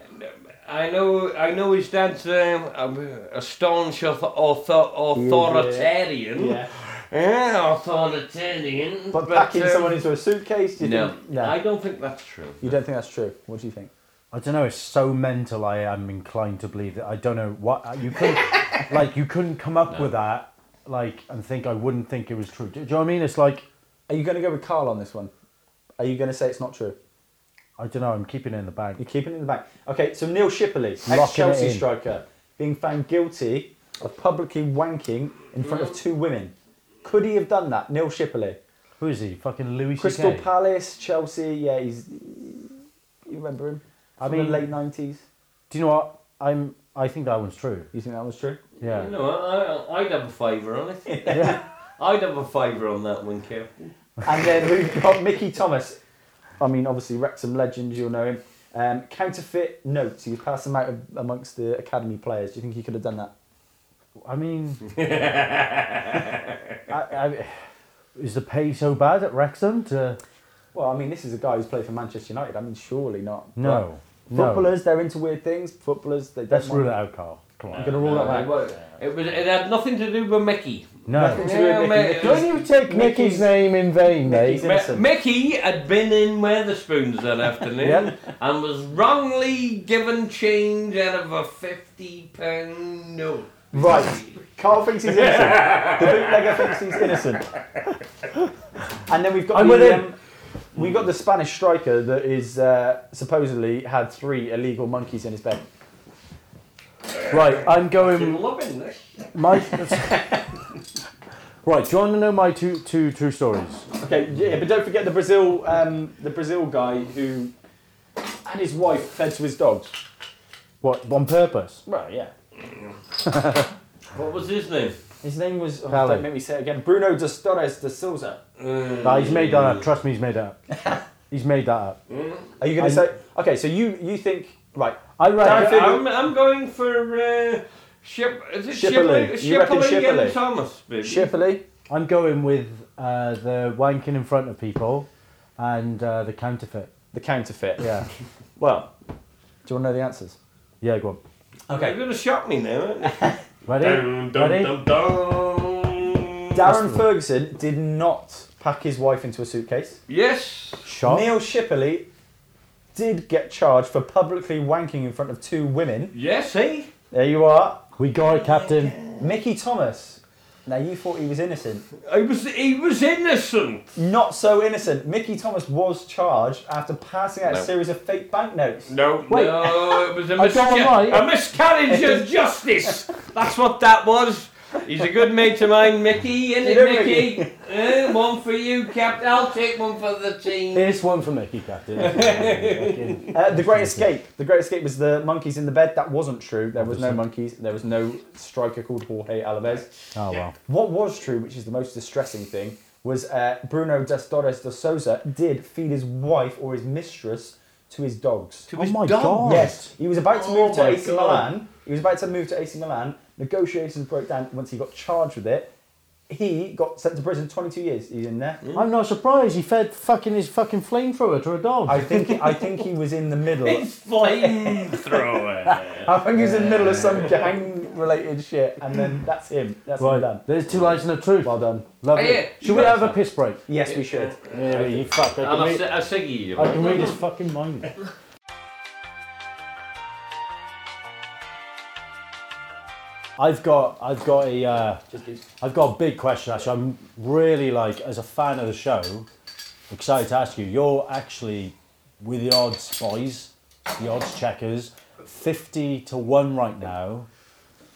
I know, I know his dad's um, a- a staunch author- author- authoritarian.
Yeah.
Yeah, authoritarian.
But, packing
um,
someone into a suitcase? Do you
No,
Think,
I don't think that's true.
You don't think that's true? What do you think?
I don't know. It's so mental. I am inclined to believe that. I don't know what uh, you couldn't, like, you couldn't come up with that, like, and think I wouldn't think it was true. Do, do you know what I mean? It's like
Are you going to go with Carl on this one? Are you going to say it's not true?
I don't know. I'm keeping it in the
You're
bank.
keeping it in the back. Okay, so Neil Shipley, ex
Locking it
Chelsea
in.
striker, being found guilty of publicly wanking in front of two women. Could he have done that, Neil Shipley?
Who is he? Fucking Louis
Crystal
CK?
Palace, Chelsea, yeah, he's. You remember him?
I
From
mean-
the late 90s.
Do you know what? I'm. I think that one's true.
You think that was true?
Yeah.
No, I, I, I'd have a favour on it.
Yeah.
I'd have a favour on that one, Captain.
And then we've got Mickey Thomas. I mean, obviously, Wrexham legend, you'll know him. Um, counterfeit notes. He was passing them out amongst the academy players. Do you think he could have done that?
I mean, I, I, is the pay so bad at Wrexham? To
Well, I mean, this is a guy who's played for Manchester United. I mean, surely not.
no,
But
no.
Footballers, they're into weird things. Footballers, they
Let's
don't
rule
want
it out, Carl. Come on.
I'm gonna rule that
it,
out.
was, it, was, it had nothing to do with Mickey.
No.
to do with Mickey.
mate,
Don't
you take
Mickey's
name in vain,
Mickey's
Mi-
innocent.
Mickey had been in Weatherspoons that afternoon
Yeah.
and was wrongly given change out of a fifty pound note.
Right. Carl thinks he's innocent. the bootlegger thinks he's innocent. And then we've got
I'm with
the,
him.
um, we got the Spanish striker that is uh, supposedly had three illegal monkeys in his bed.
Right, I'm
I'm
going.
loving this.
My right. Do you want to know my two two true stories?
Okay, yeah, but don't forget the Brazil, um, the Brazil guy who and his wife fed to his dogs.
What on purpose?
Well, yeah.
What was his name?
His name was. Oh,
Pele.
don't make me say it again. Bruno dos Torres de Souza.
Nah, he's made that up. Trust me, he's made that up. He's made that up.
Are you going
I'm-
to say? Okay, so you you think right?
I
Darren
reckon.
Fig-
I'm, I'm going for uh, Ship. Is it
Shipley.
Shipley?
You reckon
Shipley,
Shipley?
and Thomas. Baby.
Shipley.
I'm going with uh, the wanking in front of people and uh, the counterfeit.
The counterfeit.
Yeah.
Well, do you want to know the answers?
Yeah, go on.
Okay. You're going to shock me now, aren't you?
Ready?
Dun, dun,
Ready?
dun, dun.
Darren Ferguson did not pack his wife into a suitcase.
Yes.
Shot.
Neil Shipperley did get charged for publicly wanking in front of two women.
Yes. See?
There you are.
We got it, Captain.
Mickey Thomas. Now you thought he was innocent.
He was, he was innocent.
Not so innocent. Mickey Thomas was charged after passing out
No.
a series of fake banknotes.
No,
Wait.
no, it was a,
I got
misca-
it right.
a miscarriage of justice. That's what that was. He's a good mate of mine, Mickey, isn't
Hello,
it, Mickey? Eh, one for you, Captain. I'll take one for the team.
Here's one for Mickey, Captain. Fucking-
Uh, the Great Escape. The Great Escape was the monkeys in the bed. That wasn't true. There was no monkeys. There was no striker called Jorge Alaves.
oh well.
What was true, which is the most distressing thing, was uh, Bruno Destores de Souza did feed his wife or his mistress to his dogs.
Oh my god.
Yes, he was about to move
Oh
to
my
AC
God.
Milan. He was about to move to AC Milan. Negotiations broke down once he got charged with it. He got sent to prison 22 years. He's in there.
I'm not surprised. He fed fucking his fucking flamethrower to a dog.
I think I think he was in the middle.
It's flamethrower.
I think he was in the middle of some gang related shit, and then that's him. That's
right.
him done.
There's two lies and a truth.
Well done.
Lovely.
Hey, yeah,
Should
you
we
got
have a piss break?
Yes, we should.
Yeah, you fuck. I
I'm
can,
a,
read,
si- a ciggy. you
I
know.
can read his fucking mind. I've got, I've got a, uh, I've got a big question. Actually, I'm really like, as a fan of the show, excited to ask you. You're actually with the odds boys, the odds checkers, fifty to one right now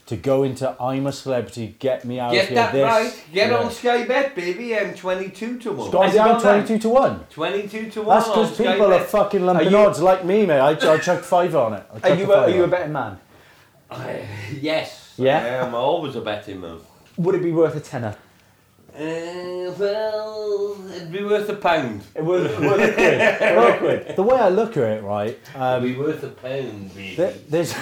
to go into I'm a celebrity. Get me out of
Get
here.
that
this
right. Get
Yeah.
on Sky Bet, baby. I'm 22 to 1.
Gone
Has it
down
gone down?
twenty-two to one.
22 to 1.
Oh,
That's because
on Sky
people are
Bet.
fucking lumping
Are you-
odds like me, mate. I, I chucked five on it. I chucked
Are
a
you a,
fiver
are you a
on it.
betting man?
Yes.
Yeah?
I am always a betting man.
Would it be worth a tenner?
Uh, well, it'd be worth a pound.
It would. It would a quid. It would a quid.
The way I look at it, right? uh,
It'd be worth a pound, baby.
There, there's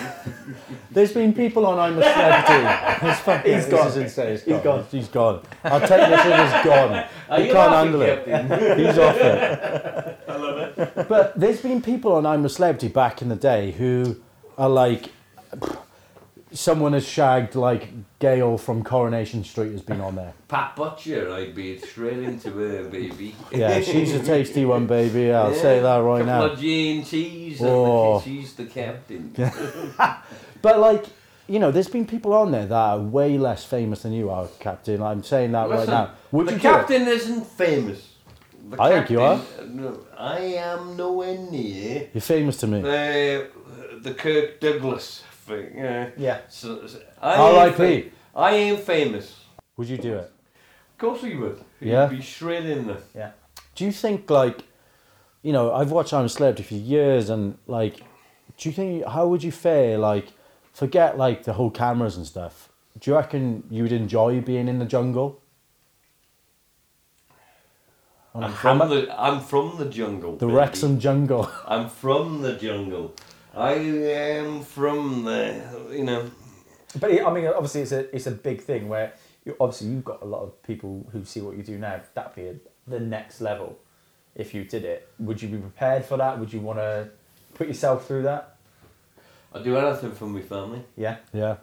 there's been people on I'm a celebrity. This fucking
He's
this
gone.
is insane. He's
He's
gone. He's gone. I'll take this as he's gone.
Are
he
you
can't
laughing,
handle it.
Captain?
He's off it. I love it. But there's been people on I'm a Celebrity back in the day who are like, someone has shagged like Gail from Coronation Street has been on there.
Pat Butcher, I'd be straight into her, baby.
Yeah, she's a tasty one, baby. I'll say that right
Couple
now.
of gin cheese,
Oh.
and the, she's the captain.
But like, you know, there's been people on there that are way less famous than you are, Captain. I'm saying that
Listen,
right now. Would
the
you do it?
captain isn't famous. The
I think you
captain- No, I am nowhere near
You're famous to me.
the the Kirk Douglas thing. Yeah.
Yeah.
So, so- I ain't
R.I.P..
fam- I ain't famous.
Would you do it?
Of course he would. He'd
Yeah.
be straight in there.
Yeah.
Do you think like, you know, I've watched I'm a Celebrity for years, and like, do you think how would you fare? Like, forget like the whole cameras and stuff. Do you reckon you would enjoy being in the jungle? On a
I'm from
hammock?
the I'm from the jungle.
the
baby.
Wrexham jungle.
I'm from the jungle. I am from the you know
But it- I mean, obviously, it's a it's a big thing where you, obviously you've got a lot of people who see what you do now. That'd be a, the next level. If you did it, would you be prepared for that? Would you want to put yourself through that?
I do anything for my family.
Yeah,
yeah.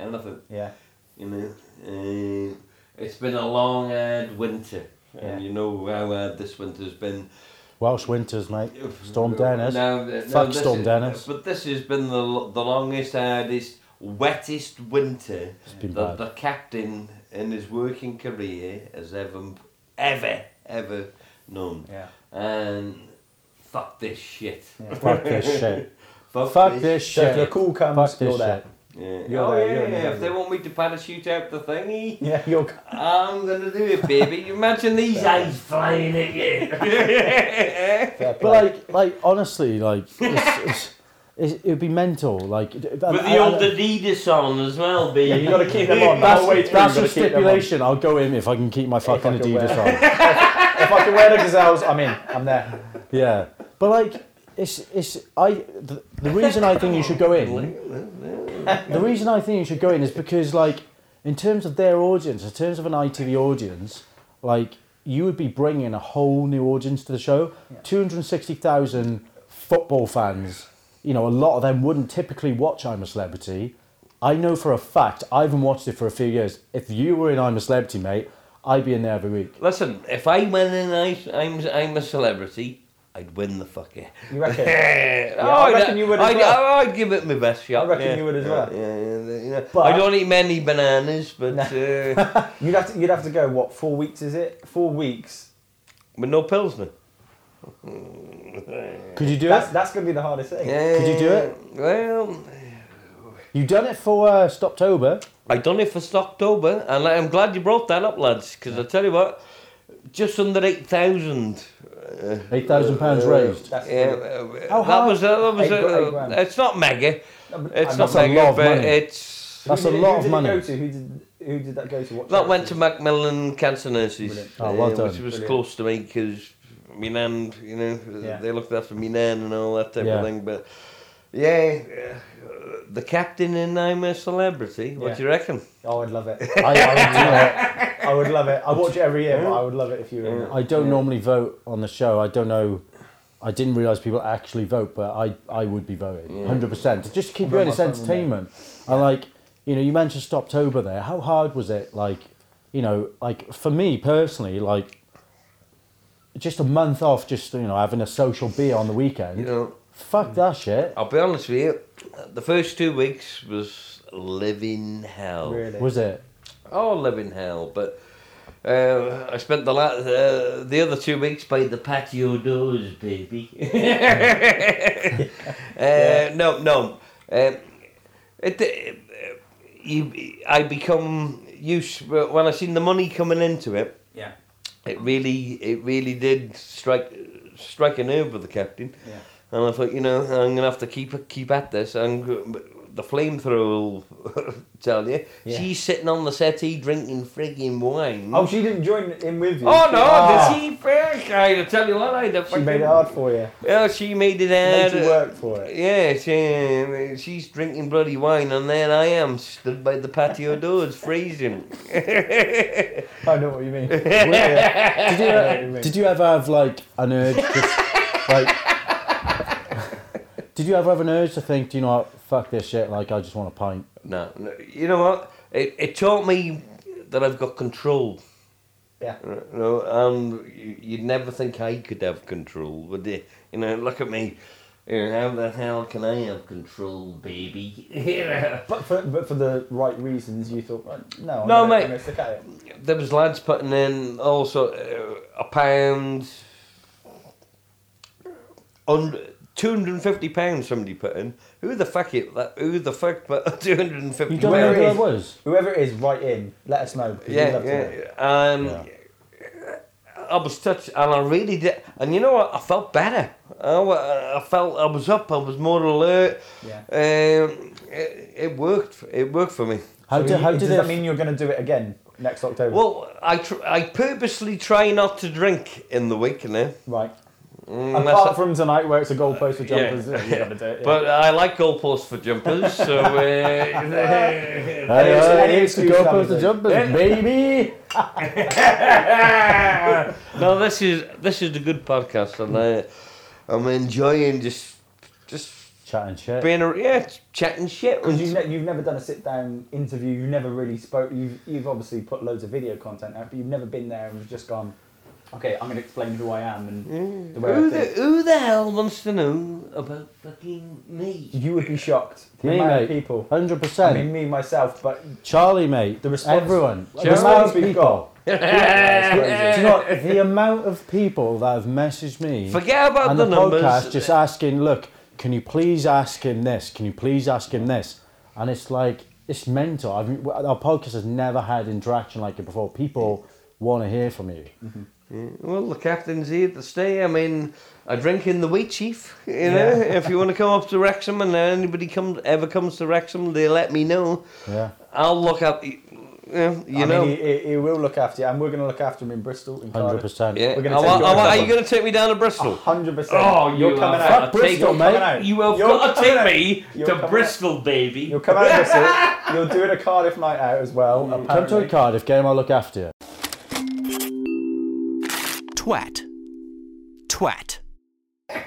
Anything.
yeah.
You know. Um, it's been a long hard winter. And
Yeah.
you know how hard this winter's been.
Welsh winters, mate. Storm Dennis.
No, no,
Fuck
this
Storm
is-
Dennis.
But this has been the l- the longest, hardest, wettest winter
been bad.
that the captain in his working career has ever, ever, ever known.
Yeah.
And fuck this shit.
Fuck this shit. Fuck this
So if the
shit.
call comes,
Fuck
you're
this
there.
shit.
Yeah.
You're
oh
there,
yeah,
you're in
yeah.
the
If
jungle.
they want me to parachute out the thingy,
Yeah, you're. c-
I'm gonna do it, baby. You imagine these eyes flying at you.
Fair play.
But like, like honestly, like it's, it's, it would be mental. Like with
With the old Adidas on as well, baby.
you got to keep them on.
That's,
the whole way through,
that's
you
a
gotta keep them on.
stipulation. I'll go in if I can keep my fucking
I can wear-
Adidas on.
If I can wear the gazelles, I'm in. I'm there.
Yeah, but like, it's it's I. The, the reason I think you should go in. the reason I think you should go in is because like, in terms of their audience, in terms of an ITV audience, like you would be bringing a whole new audience to the show. 260,000 football fans. You know, a lot of them wouldn't typically watch I'm a Celebrity. I know for a fact, I haven't watched it for a few years. If you were in I'm a Celebrity, mate, I'd be in there every week.
Listen, if I went in, I, I'm, I'm a celebrity. I'd win the fucker.
You reckon?
oh,
I reckon you would as
I'd,
well.
I'd, I'd give it my best shot.
I reckon
yeah.
you would as well.
Yeah, yeah, yeah, you know.
But-
I don't eat many bananas, but uh,
You'd have to, you'd have to go. What four weeks is it? Four weeks.
with no pilsner.
Could you do
That's
it?
that's gonna be the hardest thing.
Could
you do it?
Uh, Well,
You done it for uh, Stoptober.
I done it for Stocktober, and I- I'm glad you brought that up, lads, because I tell you what, just under eight thousand. uh,
£8,000 raised.
That's
Yeah,
brilliant.
uh, that was a, that was
Eight gr- eight
a,
grand. Um,
It's not mega. It's not
and
that's a lot
mega,
of
but
money.
it's.
That's
Who
a
did-
lot of
who
money.
Did it go to? Who did who did that go to? What
That went to
charity?
Macmillan Cancer Nurses, Uh,
Oh, well done.
which was
Brilliant.
close to me because my nan, you know,
Yeah.
they looked after me nan and all that type
Yeah.
of thing. But yeah, uh, the captain in I'm a Celebrity. What
Yeah.
do you reckon?
Oh, I'd love it.
I, I, would do
I would love it. I watch it every year, but I would love it if you were in
it.
it.
I don't normally vote on the show. I don't know. I didn't realise people actually vote, but I, I would be voting. 100%. To just keep
Bring
going,
my
it's
phone with me.
entertainment. And like, you know, you mentioned Stoptober there. How hard was it? Like, you know, like for me personally, like, just a month off, just, you know, having a social beer on the weekend.
You know,
Hmm.
Fuck that shit.
I'll be honest with you. The first two weeks was living hell.
Really.
Was it?
Oh, living hell! But uh, I spent the la- uh, the other two weeks by the patio doors, baby. uh, no, no. Um it, it, you, I become used when I seen the money coming into it.
Yeah.
It really, it really did strike strike a nerve with the captain.
Yeah.
And I thought, you know, I'm gonna have to keep keep at this. And g- the flamethrower will tell you
Yeah.
she's sitting on the settee drinking frigging wine.
Oh, she didn't join in with you.
Oh, no!
Ah,
The she fuck? I tell you what, I had
She made it hard for you.
Yeah, she made it hard.
Made you work for it.
Yeah, she, she's drinking bloody wine, and then I am stood by the patio doors, freezing.
I know what you mean.
Did you,
uh,
did you ever have like an urge, to, like? Did you ever have an urge to think, do you know what, fuck this shit, like I just want a pint?
no, no, you know what? It, it taught me that I've got control.
Yeah.
You know, um, you, you'd never think I could have control, would you? You know, look at me. You know, how the hell can I have control, baby? You know.
But for, but for the right reasons, you thought, right, no, I'm
No,
gonna,
mate.
I'm gonna stick at it.
there was lads putting in also uh, a pound, hundred- 250 pounds somebody put in. Who the fuck it? That, who the fuck put 250
You don't
Where
know who I
is-
was.
Whoever it is, write in. Let us know. 'cause we'd
yeah,
love to know.
yeah. Um, I was touched, and I really did. And you know what? I felt better. I, wa- I felt I was up. I was more alert.
Yeah.
Um, it, it worked. It worked for me.
How
So
did
you-
how
does
did
that
it?
mean you're going to do it again next October?
Well, I tr- I purposely try not to drink in the week now.
right.
Mm, that's
Apart
a- Uh,
from tonight, where it's a goalpost for
Yeah,
jumpers, yeah. you got to do it. Yeah.
But I like goalposts for jumpers, so uh,
Hey,
Any-
hey,
any
it's the
excuse
goalpost
nowadays.
and jumpers, baby.
no, this is this is a good podcast, and uh, I'm enjoying just just
Chatting shit.
being a, yeah chatting shit.
Because you've, ne- you've never done a sit down interview, you've never really spoke, you've, you've obviously put loads of video content out, but you've never been there and just gone, okay, I'm going to explain who I am and the way
Who
I
the,
think.
who the hell wants to know about fucking me?
You would be shocked. The
Me,
amount
mate.
of people.
Hundred
I mean,
percent.
me, myself, but
Charlie, mate.
The response-
Everyone.
the
The amount
response
of
we've
people.
yeah, it's
Do you
crazy.
know what? the amount of people that have messaged me?
Forget about
and
the,
the,
numbers.
podcast just asking, look, can you please ask him this? Can you please ask him this? And it's like it's mental. I've, our podcast has never had interaction like it before. People want to hear from you.
Well, the captain's here to stay. I mean, I drink in the wheat chief. You know, if you want to come up to Wrexham and anybody comes ever comes to Wrexham, they let me know.
Yeah.
I'll look up. You know, you
I
know.
mean, he, he, he will look after you, and we're going to look after him in Bristol. In
Hundred
Cardiff.
percent.
yeah. Oh,
we're gonna
I
take
want-
you
I
on
want-
that
are you
one.
going to take me down to Bristol?
100%.
Oh, you
you're coming
are-
out.
Fuck Bristol,
you're coming out.
You have
You're
got to
coming
take
out.
me
You're
to
coming out.
Bristol, baby.
You'll come out of Bristol. You'll do it a
Mm.
Cardiff night out as well.
Come to a
apparently.
Cardiff game. I'll look after you.
Twat. Twat.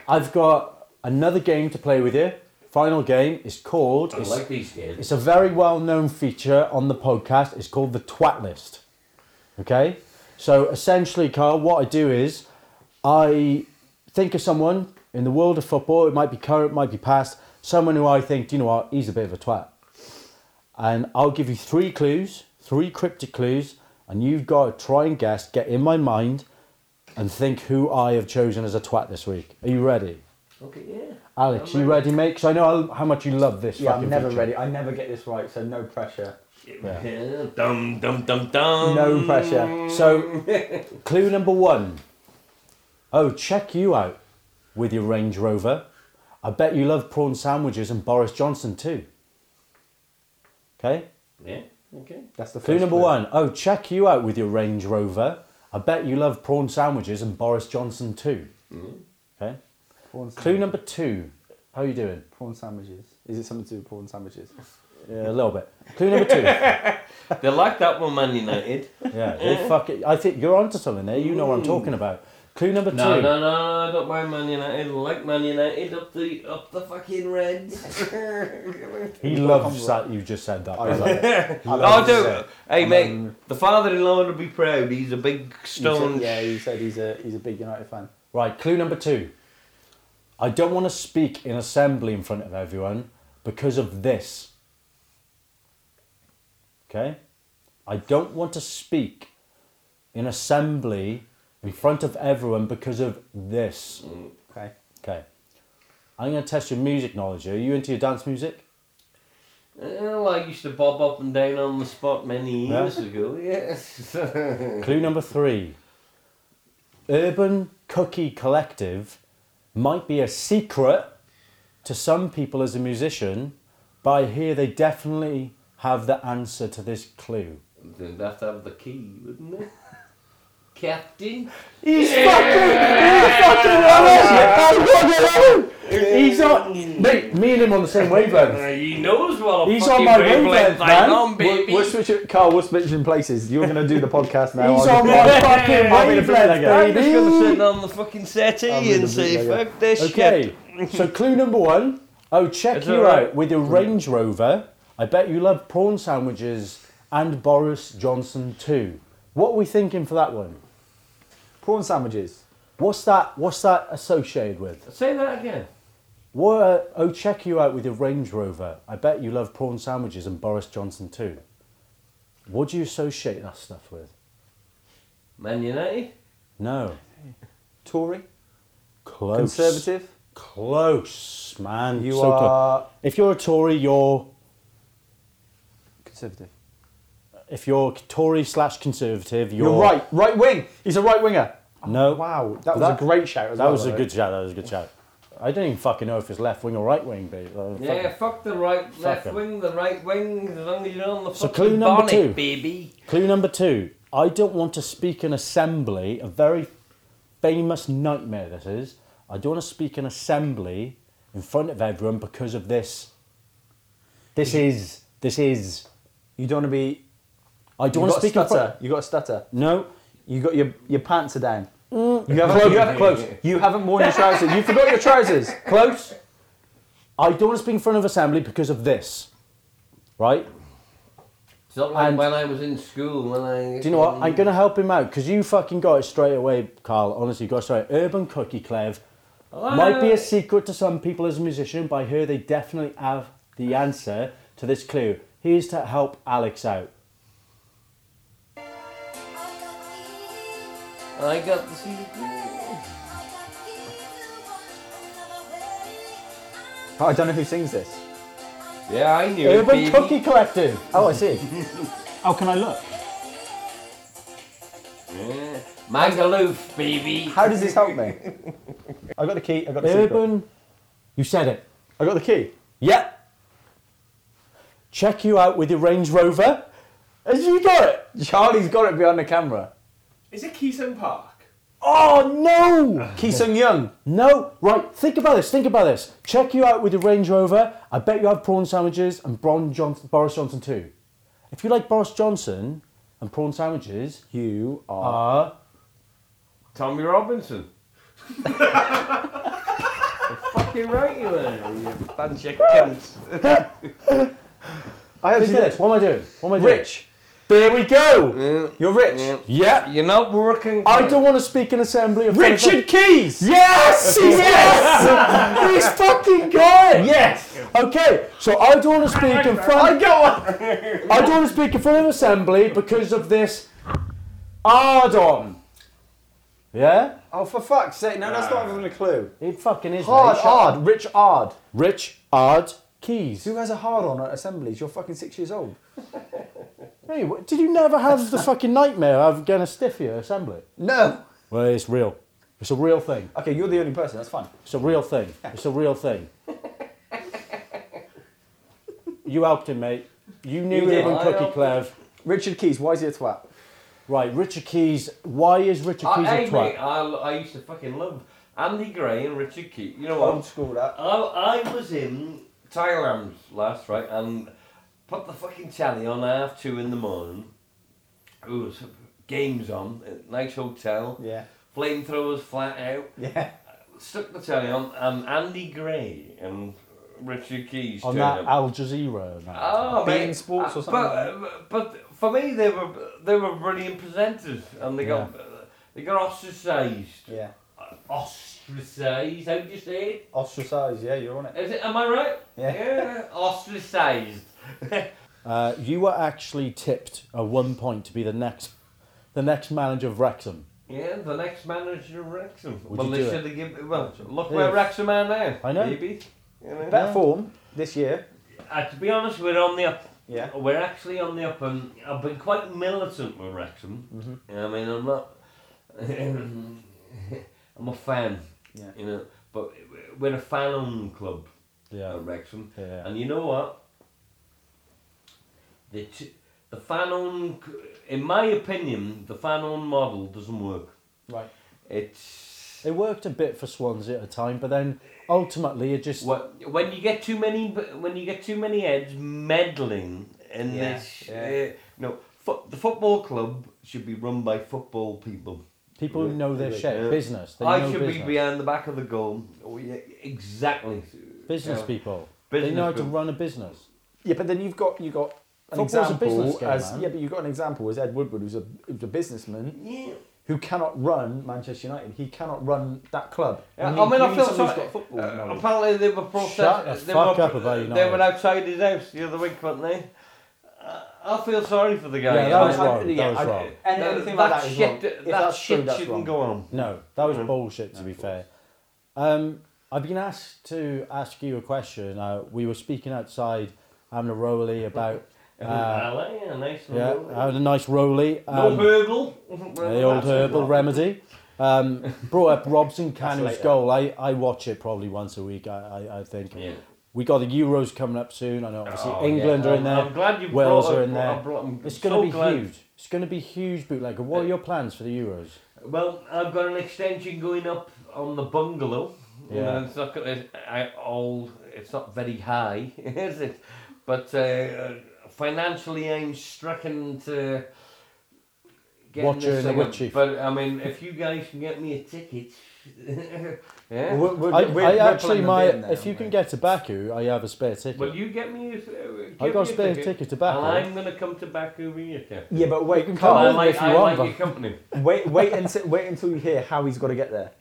I've got another game to play with you. Final game is called. It's,
these games.
it's a very well-known feature on the podcast. It's called the Twat List. Okay, so essentially, Carl, what I do is I think of someone in the world of football. It might be current, might be past. Someone who I think, do you know what? He's a bit of a twat. And I'll give you three clues, three cryptic clues, and you've got to try and guess, get in my mind, and think who I have chosen as a twat this week. Are you ready?
Okay, yeah.
Alex, you ready, mate? Because I know how- how much you love this.
Yeah,
fucking
I'm never
feature.
ready. I never get this right, so no pressure.
Yeah, Dum dum dum dum.
No pressure.
So, clue number one. Oh, check you out with your Range Rover. I bet you love prawn sandwiches and Boris Johnson too. Okay?
Yeah. Okay.
That's the
Clue
first
number one. Oh, check you out with your Range Rover. I bet you love prawn sandwiches and Boris Johnson too. Okay?
Prawn
Clue
sandwich-
number two. How are you doing?
Prawn sandwiches. Is it something to do with prawn sandwiches?
Yeah, a little bit. Clue number two.
They like that one, Man United.
Yeah, they fuck it. I think you're onto something there. You know what I'm talking about. Clue number two.
No, no, no, I don't mind Man United. I like Man United up the up the fucking Reds.
He loves that you just said that. by the way.
I do. Oh, Hey, mate, the father-in-law would be proud. He's a big
You said-
stone.
yeah, you said he's a he's a big United fan.
Right, clue number two. I don't want to speak in assembly in front of everyone because of this. Okay? I don't want to speak in assembly in front of everyone because of this.
Okay.
Okay. I'm going to test your music knowledge. Are you into your dance music?
Well, I used to bob up and down on the spot many
Yeah.
years ago. Yes.
Clue number three Urban Cookie Collective might be a secret to some people as a musician, but here they definitely have the answer to this clue.
Then that's have the key, wouldn't it? Captain.
He's fucking, he's fucking on it! He's on, mate, me and him on the same wavelength.
He knows what
He's on my wavelength, man.
We're, we're switching, Carl, we're switching places. You're going to do the podcast now.
He's
I'll
on
just-
my fucking
I'll be the bootlegger.
wavelength,
I'm just gonna
baby.
sit on the fucking settee
I'm in
and
the
say,
bootlegger.
"Fuck this shit."
Okay, so clue number one. Oh, check
It's
you
all right.
out with your Range Rover. I bet you love prawn sandwiches and Boris Johnson too. What are we thinking for that one?
Prawn sandwiches.
What's that? What's that associated with?
Say that again.
What? Uh, oh, check you out with your Range Rover. I bet you love prawn sandwiches and Boris Johnson too. What do you associate that stuff with?
Man United.
No,
Tory.
close.
Conservative.
Close, man.
You
So close.
are
If you're a Tory, you're
conservative.
if you're Tory slash conservative, you're,
You're right. Right wing. He's a right winger.
No.
Wow, that was
That-
a great shout. As
That
well,
was a
though.
good shout. That was a good shout. I don't even fucking know if it's left wing or right wing, babe. Uh, fuck
Yeah,
it.
fuck the right, left
him.
wing, the right wing, as long as you're on the
So
fucking
clue number
bonnet,
two.
baby.
Clue number two. I don't want to speak in assembly. A very famous nightmare this is. I don't want to speak in assembly in front of everyone because of this. This is. This is.
You don't want to be.
I don't
You
want
got
to speak
a
in front.
stutter. You got a stutter.
No.
Mm. You got your your pants are down. You haven't, you, haven't, you haven't worn your trousers. You forgot your trousers.
Close. I don't want to speak in front of assembly because of this. Right?
It's not like
And-
when I was in school when I.
Do you know what? I'm going to help him out because you fucking got it straight away, Carl. Honestly, you got it straight. Urban Cookie Clev might be a secret to some people as a musician, but I hear they definitely have the answer to this clue. Here's to help Alex out.
I got the secret.
Oh, I don't know who sings this.
Yeah, I knew. it,
Urban
baby.
Cookie Collective.
Oh, I see.
How can I look?
Yeah. Mangaloof, baby.
How does this help me? I got the key. I got the secret.
Urban. You said it.
I got the key.
Yep. Check you out with your Range Rover. As you got it.
Charlie's got it behind the camera.
Is it Keystone Park?
Oh no!
Ki Sung Young.
No, right, think about this, think about this. Check you out with your Range Rover. I bet you have prawn sandwiches and Bron Johnson, Boris Johnson too. If you like Boris Johnson and prawn sandwiches,
You are
are
Tommy Robinson. fucking right you are, you bunch of cunts.
I actually did. What am I doing? What am I doing?
Rich.
There we go.
You're rich.
Yeah.
You're not working.
I don't want to speak in assembly. In front of-
Richard Keys.
Yes, yes, he's fucking good.
Yes.
Okay, so I don't want to speak in
I
front.
got one.
I don't want to speak in front of assembly because of this Ardon. Yeah,
Oh, for fuck's sake! No, that's not even a clue.
it fucking is.
Hard,
mate.
hard, Rich Hard.
Rich Ard Keys.
Who has a hard on at assemblies? You're fucking six years old.
Hey, what- did you never have the fucking nightmare of getting a stiffy at assembly?
No.
Well, it's real. It's a real thing.
Okay, you're the only person. That's fine.
It's a real thing. It's a real thing. you helped him, mate. You knew
did.
him and
I
Cookie
helped
Clev.
Richard Keys. Why is he a twat?
Right, Richard Keys. Why is Richard
I,
Keys
Uh, hey,
a
mate,
twat?
I, I used to fucking love Andy Gray and Richard Keat. You know
Old
what?
school that.
I, I was in Thailand last, right, and put the fucking telly on half two in the morning. It was games on, at a nice hotel.
Yeah.
Flamethrowers flat out.
Yeah.
Stuck the telly on, and Andy Gray and Richard Keys
On
turned
that
up.
Uh, Al Jazeera. now.
Oh,
Being
mate.
sports or
Uh,
something.
But, but for me, they were they were brilliant presenters, and they got they got ostracised.
Yeah.
Ostracised? How do you say it?
Ostracized. Yeah, you're on it.
Is it? Am I right?
Yeah.
Ostracised.
Uh, you were actually tipped at one point to be the next, the next manager of Wrexham.
yeah. The next manager of Wrexham.
Would
well,
you
they
do
should have given. Well, look
Yeah.
where Wrexham are now.
I know.
Maybe. You know?
Better form this year.
Uh, to be honest, we're on the up.
Yeah.
We're actually on the up, and I've been quite militant with Wrexham. Mm-hmm. I mean, I'm not. I'm a fan.
Yeah.
You know, but we're a fan club
Yeah.
at Wrexham,
Yeah.
and you know what? The t- the fan owned, in my opinion, the fan owned model doesn't work.
Right.
It's
It worked a bit for Swansea at a time, but then ultimately it just
What, when you get too many, when you get too many heads meddling in
Yeah,
this,
yeah.
uh, no, fo- the football club should be run by football people.
people know their shit.
Yeah.
Business. They
I
know
should
business.
be behind the back of the goal. Oh, yeah, exactly.
business
Yeah.
people. they
Business
know how to
people.
run a business.
Yeah, but then you've got you got an
Football's a
example
business game,
as
man.
yeah, but you've got an example as Ed Woodward, who's a who's a businessman
Yeah.
who cannot run Manchester United. He cannot run that club.
Yeah,
You
I
need-
mean,
you
I
need
feel
someone
sorry.
who's got football
uh,
knowledge.
apparently, they were
Shut
protesting.
the
They,
fuck
were,
up about
they
United.
were outside his house the other week, weren't they? Uh, I feel sorry for the guy.
Yeah, that was
I-
wrong. That
yeah,
was
I-
wrong.
and anything like that is
shit,
wrong.
That,
If that's
shit
true, that's
shouldn't
wrong.
go on.
No, that was
Mm.
bullshit. To be fair, um, I've been asked to ask you a question. Uh, we were speaking outside Amna Rowley about uh,
yeah, nice
yeah,
little-
having a nice Rowley,
No
um,
herbal.
the old herbal remedy. Um, brought up Robson Canu's
later.
goal. I, I watch it probably once a week. I, I, I think.
Yeah.
We got the Euros coming up soon. I know obviously
Oh,
England
yeah.
are in there.
I'm glad you
Wales
brought
are
up-
in there.
I brought- I'm
it's going to
so
be
glad.
huge. It's going to be huge, bootlegger. What are your plans for the Euros?
Well, I've got an extension going up on the bungalow. You
Yeah.
know, it's not gonna, it's, I, all, it's not very high, is it? But uh, financially, I'm struggling to get
Watcher and
this
a
thing
witch
up.
chief.
But I mean, if you guys can get me a ticket, yeah.
We're- we're-
I,
we're-
I
we're
actually
planning
my
on being there,
if you
aren't
can
we?
get to Baku, I have a spare ticket.
Will you get me? A, uh,
I
give
got a
me
spare ticket to Baku.
And I'm gonna come to Baku with you. Kev.
yeah, but wait, come
come
I
on.
on.
over
like,
if you
I
want,
like your
but-
company.
wait, wait until wait until you hear how he's got to get there.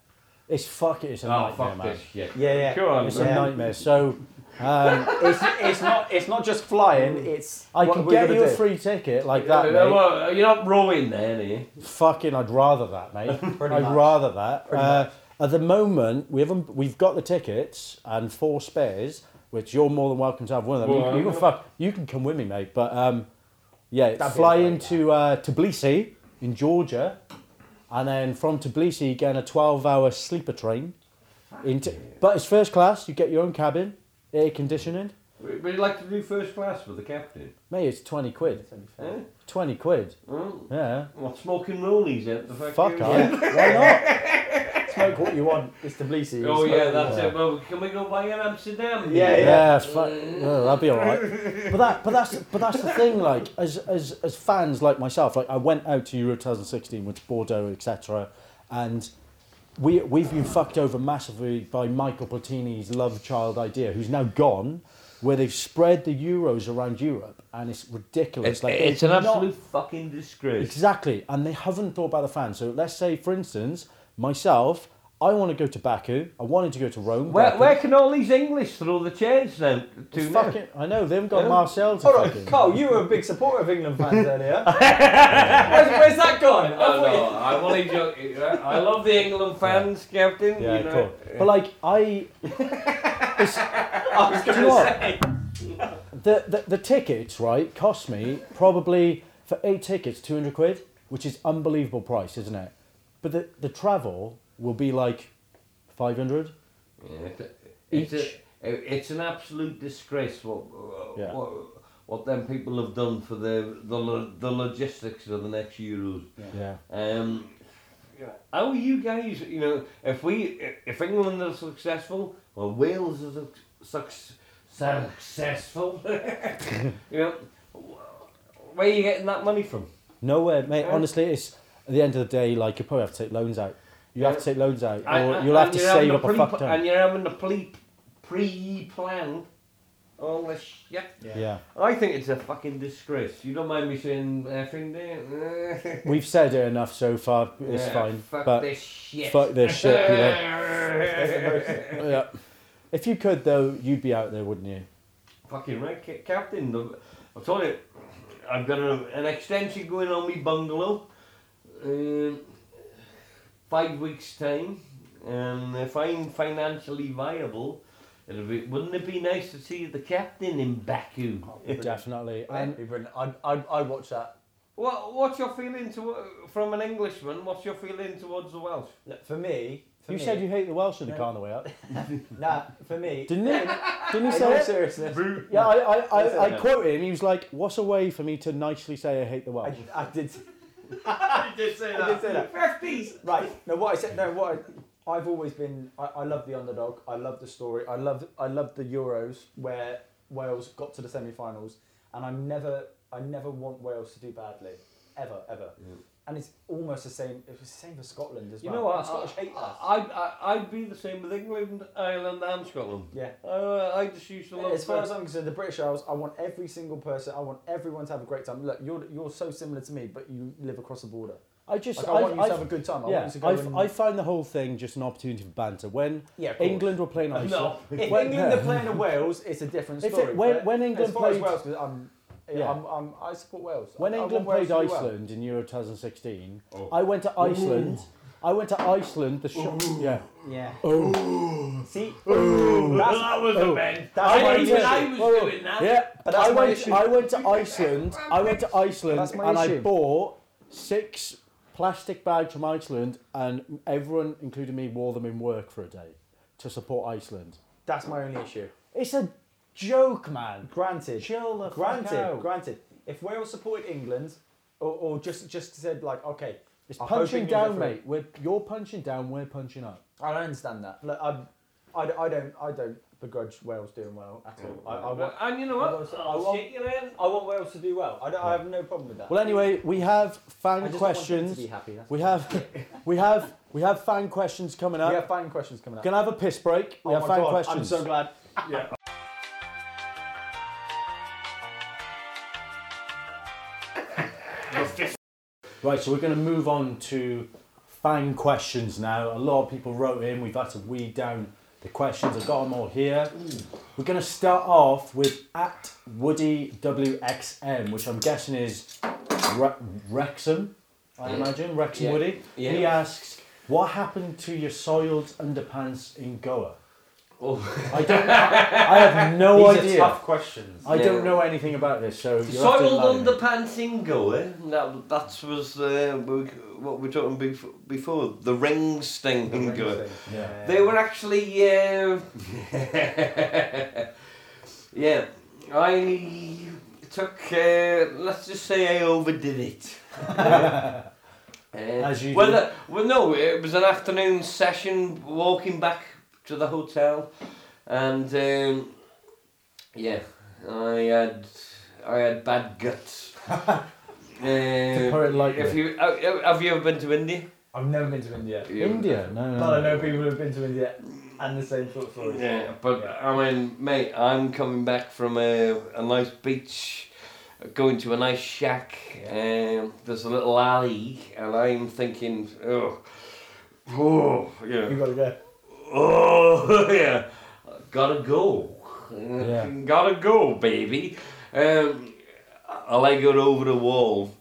It's fuck it, it's a
Oh,
nightmare,
fuck
man.
this shit.
Yeah, yeah.
Go on.
It's
man.
a
Yeah.
nightmare. So um,
It's, it's not it's not just flying. It's
I
what
could
we're
get
gonna
you a
do.
free ticket like
Yeah, uh,
that,
well,
mate.
well, You're not rowing there, are you?
Fucking, I'd rather that, mate. I'd
much.
rather that. Uh, at the moment, we haven't. We've got the tickets and four spares, which you're more than welcome to have one of them. You
Well,
can- you, can fuck. You can come with me, mate. But um, yeah,
That'd be
fly
a great
into uh, Tbilisi in Georgia, and then from Tbilisi, get on a twelve-hour sleeper train. Into, but it's first class. You get your own cabin, air conditioning.
We- We'd like to do first class with the captain.
Mate, it's twenty quid.
Yeah.
Twenty quid.
Mm.
Yeah.
Well, smoking rollies out the factory.
Fuck I.
Smoke what you want. It's Tbilisi.
Oh
Smoke
yeah,
what
that's
you
it. Well, can we go buy in Amsterdam?
Yeah,
Yeah, fuck, no, that'd be all right. But that, but that's, but that's the thing. Like, as as as fans like myself, like I went out to Euro 2016 with Bordeaux, etc. and we we've been fucked over massively by Michael Platini's love child idea, who's now gone, where they've spread the euros around Europe, and it's ridiculous.
It's, it's an
not-
absolute fucking disgrace.
Exactly, and they haven't thought about the fans. So let's say, for instance, myself, I want to go to Baku. I wanted to go to Rome. but I
Where,
couldn't.
where can all these English throw the chairs now? To now?
Fucking, I know they haven't got Marcel to
All right,
fucking.
Carl, you were a big supporter of England fans earlier. where's, where's that gone? I
Uh,
Oh,
thought you-
no, I'm only joking. I I love the England fans, Captain.
Yeah,
you know.
cool. But like I, it's,
I was
do
going
you
to
know
say.
what? The, the the tickets right cost me probably for eight tickets two hundred quid, which is unbelievable price, isn't it? But the the travel will be like five hundred.
Yeah, it- it's, a, it's an absolute disgrace what, uh,
Yeah.
what what them people have done for the the, lo- the logistics of the next Euros.
Yeah.
Um, how are you guys? You know, if we if England are successful or Wales is suc- successful, you know, where are you getting that money from?
Nowhere, mate. Honestly, it's at the end of the day, like you probably have to take loans out. You have to take loans out, or
And-
Oh, you'll have
and
to
you're having
save up a
pre-
fuck ton.
And you're having to pre pre plan all this shit.
yeah.
I think it's a fucking disgrace. You don't mind me saying effing, do you?
We've said it enough so far. It's
Yeah,
fine.
Fuck
but
this shit.
Fuck this shit, you know. yeah. If you could though, you'd be out there, wouldn't you?
Fucking right, ca- Captain. the- I told you, I've got a, an extension going on me bungalow. Um, five weeks' time. And if I'm financially viable, it'd be, wouldn't it be nice to see the captain in Baku?
Oh, Definitely.
That'd
And
be brilliant. I'd, I'd, I'd watch that.
What, what's your feeling to, from an Englishman? What's your feeling towards the Welsh?
For me, for
you
me,
said you hate the Welsh in the car on the way up,
Nah, for me.
didn't you? Didn't
In
you
all
say? It?
seriousness,
Yeah, I, I,
Listen,
I, I
no.
quoted him. He was like, "What's a way for me to nicely say I hate the
I,
Welsh?"
I did.
You did say
I did say that.
Fifties.
Right. No, what I said. No, what I, I've always been. I, I love the underdog. I love the story. I love. I love the Euros where Wales got to the semi-finals, and I'm never. I never want Wales to do badly, ever, ever. And it's almost the same. It was the same for Scotland as
You
well.
know what?
The Scottish hate us.
I, I, I, I'd be the same with England, Ireland, and Scotland.
yeah.
Uh, I just used to love
As far
that.
as I'm concerned, the British Isles, I want every single person, I want everyone to have a great time. Look, you're, you're so similar to me, but you live across the border.
I just,
Like, I
I've-
want you
I've-
to have a good time. I
yeah,
want you to go
I've-
and...
I find the whole thing just an opportunity for banter. When
Yeah, of course.
England were playing Iceland,
If
Well,
England
yeah.
are playing Wales, it's a different
If it-
story.
when-
but
when England
as far
played-
as Wales, 'cause I'm,
Yeah.
yeah. I'm, I'm, I support Wales.
When
I- I
England
want Wales
played
to do well.
Iceland in Euro 2016, I went to Iceland. I went to Iceland. The shot. Yeah.
Yeah.
See.
That was a man.
That's
I
my
went to-
issue.
Whoa. Yeah, but
But that's
I
my
went.
issue.
I went to Iceland. I went to Iceland
That's my
and I
issue.
bought six plastic bags from Iceland, and everyone, including me, wore them in work for a day to support Iceland.
That's my only issue.
It's a joke, man.
Granted.
Chill the fuck
Granted.
out.
Granted. If Wales supported England, or, or just just said like, okay,
It's
I hope
punching
England are
down,
through.
mate. We're, you're punching down. We're punching up.
I don't understand that. Look, I, I, I don't, I don't begrudge Wales doing well at all. I, I want,
and you know
I
what?
want- I
I'll
want-
shake your hand.
I want Wales to do well. I, don't, I have no problem with that.
Well, anyway, we have fan
I just want them
questions.
to be happy. That's
We
all.
have, uh, we have, we have fan questions coming up.
we have fan questions coming up.
Gonna have a piss break. We
Oh
have
my
fan
God,
questions.
I'm so glad.
Right, so we're going to move on to fan questions now. A lot of people wrote in. We've had to weed down the questions. I've got them all here. We're going to start off with at Woody WXM, which I'm guessing is Re- Wrexham, I imagine. Wrexham
Yeah.
Woody.
Yeah.
He asks, What happened to your soiled underpants in Goa?
Oh.
I don't. I have no
These are
idea.
tough questions.
I don't
Yeah.
know anything about this, so you'll have to
Soiled
enlighten me.
underpants in Goa. That that was uh, we- what we were talking before. before the rings thing in Goa.
Yeah.
They were actually, uh, yeah. I took. Uh, let's just say I overdid it. Uh,
As you
well,
do.
uh, well, no, it was an afternoon session walking back to the hotel, and um, yeah, I had I had bad guts. Uh,
put it lightly.
if uh, you uh, have you ever been to India?
I've never been to India.
India? No, no.
But I
no.
know people who've been to India and the same foot stories.
Yeah, but I mean, mate, I'm coming back from a, a nice beach, going to a nice shack. Um, there's a little alley, and I'm thinking, oh, oh,
You
yeah,
gotta go.
oh, yeah, gotta go,
Yeah.
gotta go, baby. Um, I like it over the wall.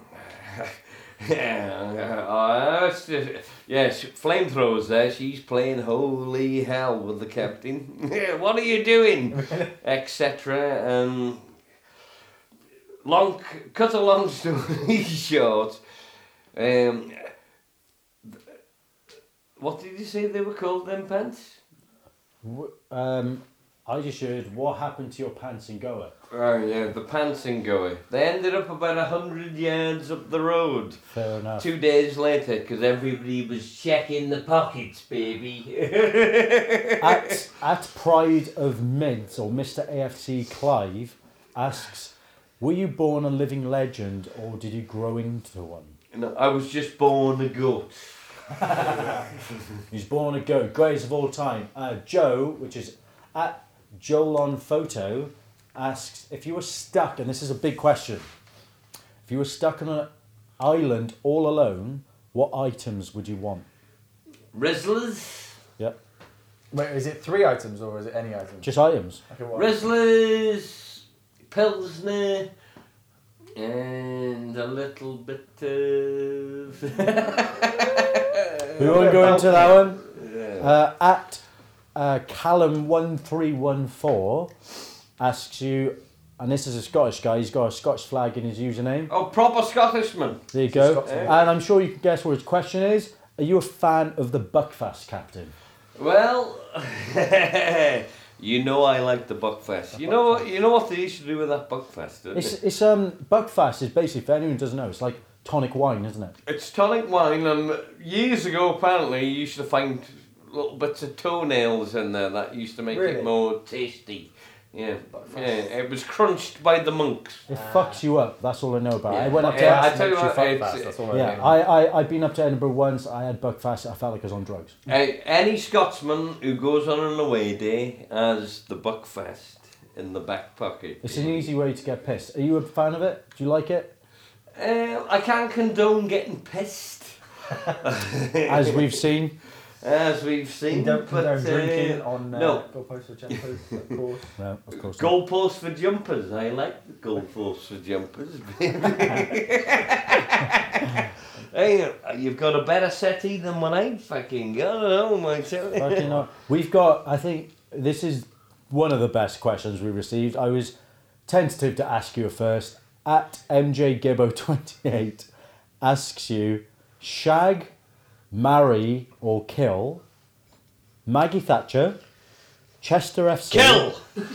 yeah, uh, that's just- yes, flamethrowers there. She's playing holy hell with the captain. Yeah, what are you doing? Etc. And long, cut a long story short. Um, what did you say they were called? Them pants.
W- Um, I just heard what happened to your pants in Goa.
Oh yeah, the pants in Goa. They ended up about a hundred yards up the road.
Fair enough.
Two days later, because everybody was checking the pockets, baby.
at, at Pride of Mint, or Mr. AFC Clive asks, Were you born a living legend or did you grow into one?
And I was just born a goat.
He's born a goat, greatest of all time. Uh, Joe, which is at Joel on photo, asks if you were stuck, and this is a big question. If you were stuck on an island all alone, what items would you want?
Wrestlers,
Yep,
Wait, is it three items or is it any item?
just items.
Okay, what?
wrestlers, pilsner, and a little bit of.
We won't go into that one. Uh, at uh, Callum1314 asks you, and this is a Scottish guy, he's got a Scottish flag in his username.
oh, proper Scottishman.
There you go. And I'm sure you can guess what his question is. Are you a fan of the Buckfast captain?
Well, you know I like the Buckfest. You know, you know what they used to do with that Buckfest, didn't
It's,
it?
it's um Buckfast is basically for anyone who doesn't know, it's like tonic wine, isn't it?
It's tonic wine, and years ago, apparently, you used to find little bits of toenails in there that used to make
Really?
it more tasty. Yeah, yeah, it was crunched by the monks.
It fucks you up. That's all I know about. it. I went up to
yeah, I
Makes
tell you
you
what,
fuck
it's-
fast, that's all I
yeah,
know.
I, I I've been up to Edinburgh once. I had Buckfast. I felt like I was on drugs.
uh, any Scotsman who goes on an away day has the Buckfest in the back pocket.
It's an easy way to get pissed. Are you a fan of it? Do you like it?
Uh, I can't condone getting pissed.
As we've seen,
As we've
You
seen,
don't
but
condone drinking
uh,
on uh,
no
goalposts or jumpers, of course.
no, of course. not.
goalposts for jumpers. I like the goalposts for jumpers. hey, you've got a better settee than what I fucking got. Oh my god!
Fucking hell. We've got, I think this is one of the best questions we received. I was tentative to ask you first. At MJ Gibbo28 asks you, shag, marry, or kill Maggie Thatcher, Chester FC.
Kill.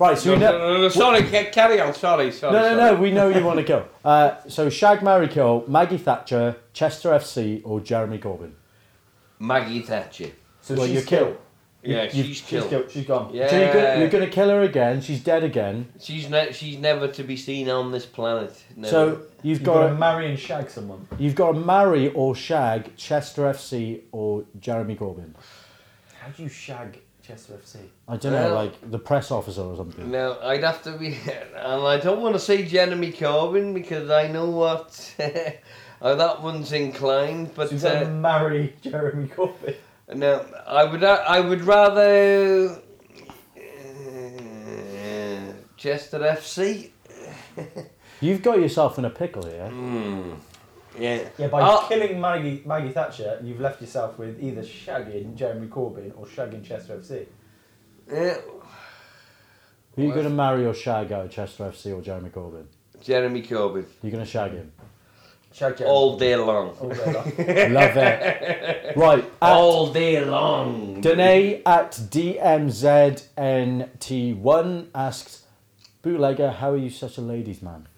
Right, so we know.
sorry, ca- carry on. Sorry, sorry.
No, no,
sorry.
no, we know you want to kill. Uh, so, shag, marry, kill Maggie Thatcher, Chester FC, or Jeremy Corbyn?
Maggie Thatcher.
So
Well, you
she's
kill.
Yeah,
you-
she's
She's
killed.
killed. She's gone.
Yeah,
So, you're going you're to kill her again. She's dead again.
she's ne- she's never to be seen on this planet. Never.
So you've
You've got
got
to marry and shag someone.
you've got to marry or shag Chester FC or Jeremy Corbyn.
How do you shag Chester FC?
I don't know,
Well-
like the press officer or something.
Now I'd have to be, and I don't want to say Jeremy Corbyn because I know what uh, that one's inclined. But
So you've got to
uh,
marry Jeremy Corbyn.
now I would, I would rather uh, Chester FC.
You've got yourself in a pickle here.
Yeah.
Yeah, by
I'll-
killing Maggie, Maggie Thatcher, you've left yourself with either shagging Jeremy Corbyn or shagging Chester FC.
yeah,
Who are you going to marry or shag out of Chester FC or Jeremy Corbyn?
Jeremy Corbyn
You're going to shag him.
Shag Jeremy.
all day long.
All day long.
Love it. Right. At
All day long.
Danae at DMZNT1 asks, Bootlegger, how are you such a ladies' man?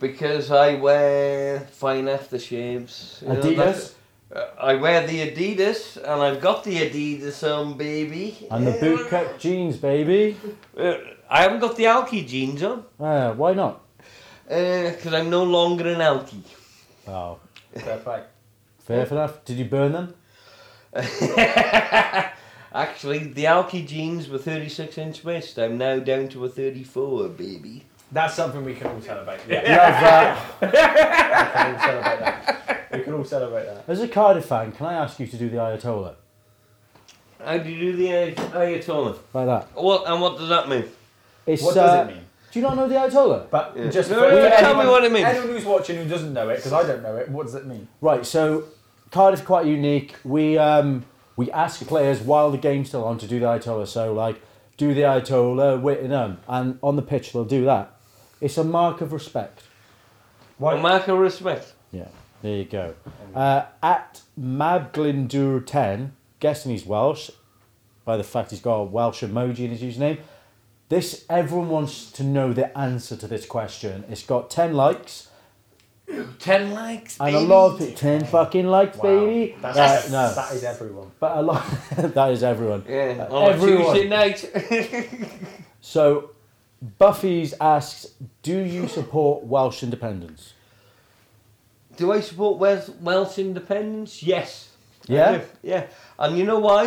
Because I wear fine aftershaves. You know,
Adidas?
that's- uh, I wear the Adidas, and I've got the Adidas on, baby.
And the bootcut jeans, baby.
Uh, I haven't got the alky jeans on,
Uh, why not?
because I'm no longer an alky.
Oh,
Fair play.
fair enough. Did you burn them?
Actually, the Alki jeans were 36 inch waist. I'm now down to a 34, baby.
That's something we can all celebrate. Yeah.
You have that.
We can all celebrate that. We can all celebrate that.
As a Cardiff fan, can I ask you to do the Ayatollah
How do you do the Ay- Ayatollah?
like that?
What, and what does that mean?
It's,
What does
uh,
it mean?
Do you not know the Ayatollah?
But just
No,
for-
no, no,
for
tell me what it means.
Anyone who's watching who doesn't know it, because I don't know it, what does it mean?
Right, so Cardiff quite unique. We um, we ask players while the game's still on to do the Ayatollah. So like, do the Ayatollah, Whittingham, and on the pitch they'll do that. It's a mark of respect.
A mark of respect.
Yeah, there you go. Uh, at Mabglindur ten, guessing he's Welsh by the fact he's got a Welsh emoji in his username. This everyone wants to know the answer to this question. It's got ten likes.
10 likes.
And a lot of people, 10 fucking likes, baby.
That's,
Right, no.
that is everyone.
But a lot, that is everyone.
Yeah, Oh,
Uh,
on
everyone.
a Tuesday night.
So Buffy's asks, do you support Welsh independence?
do I support Wes- Welsh independence? Yes. I
Yeah?
do, Yeah. And you know why?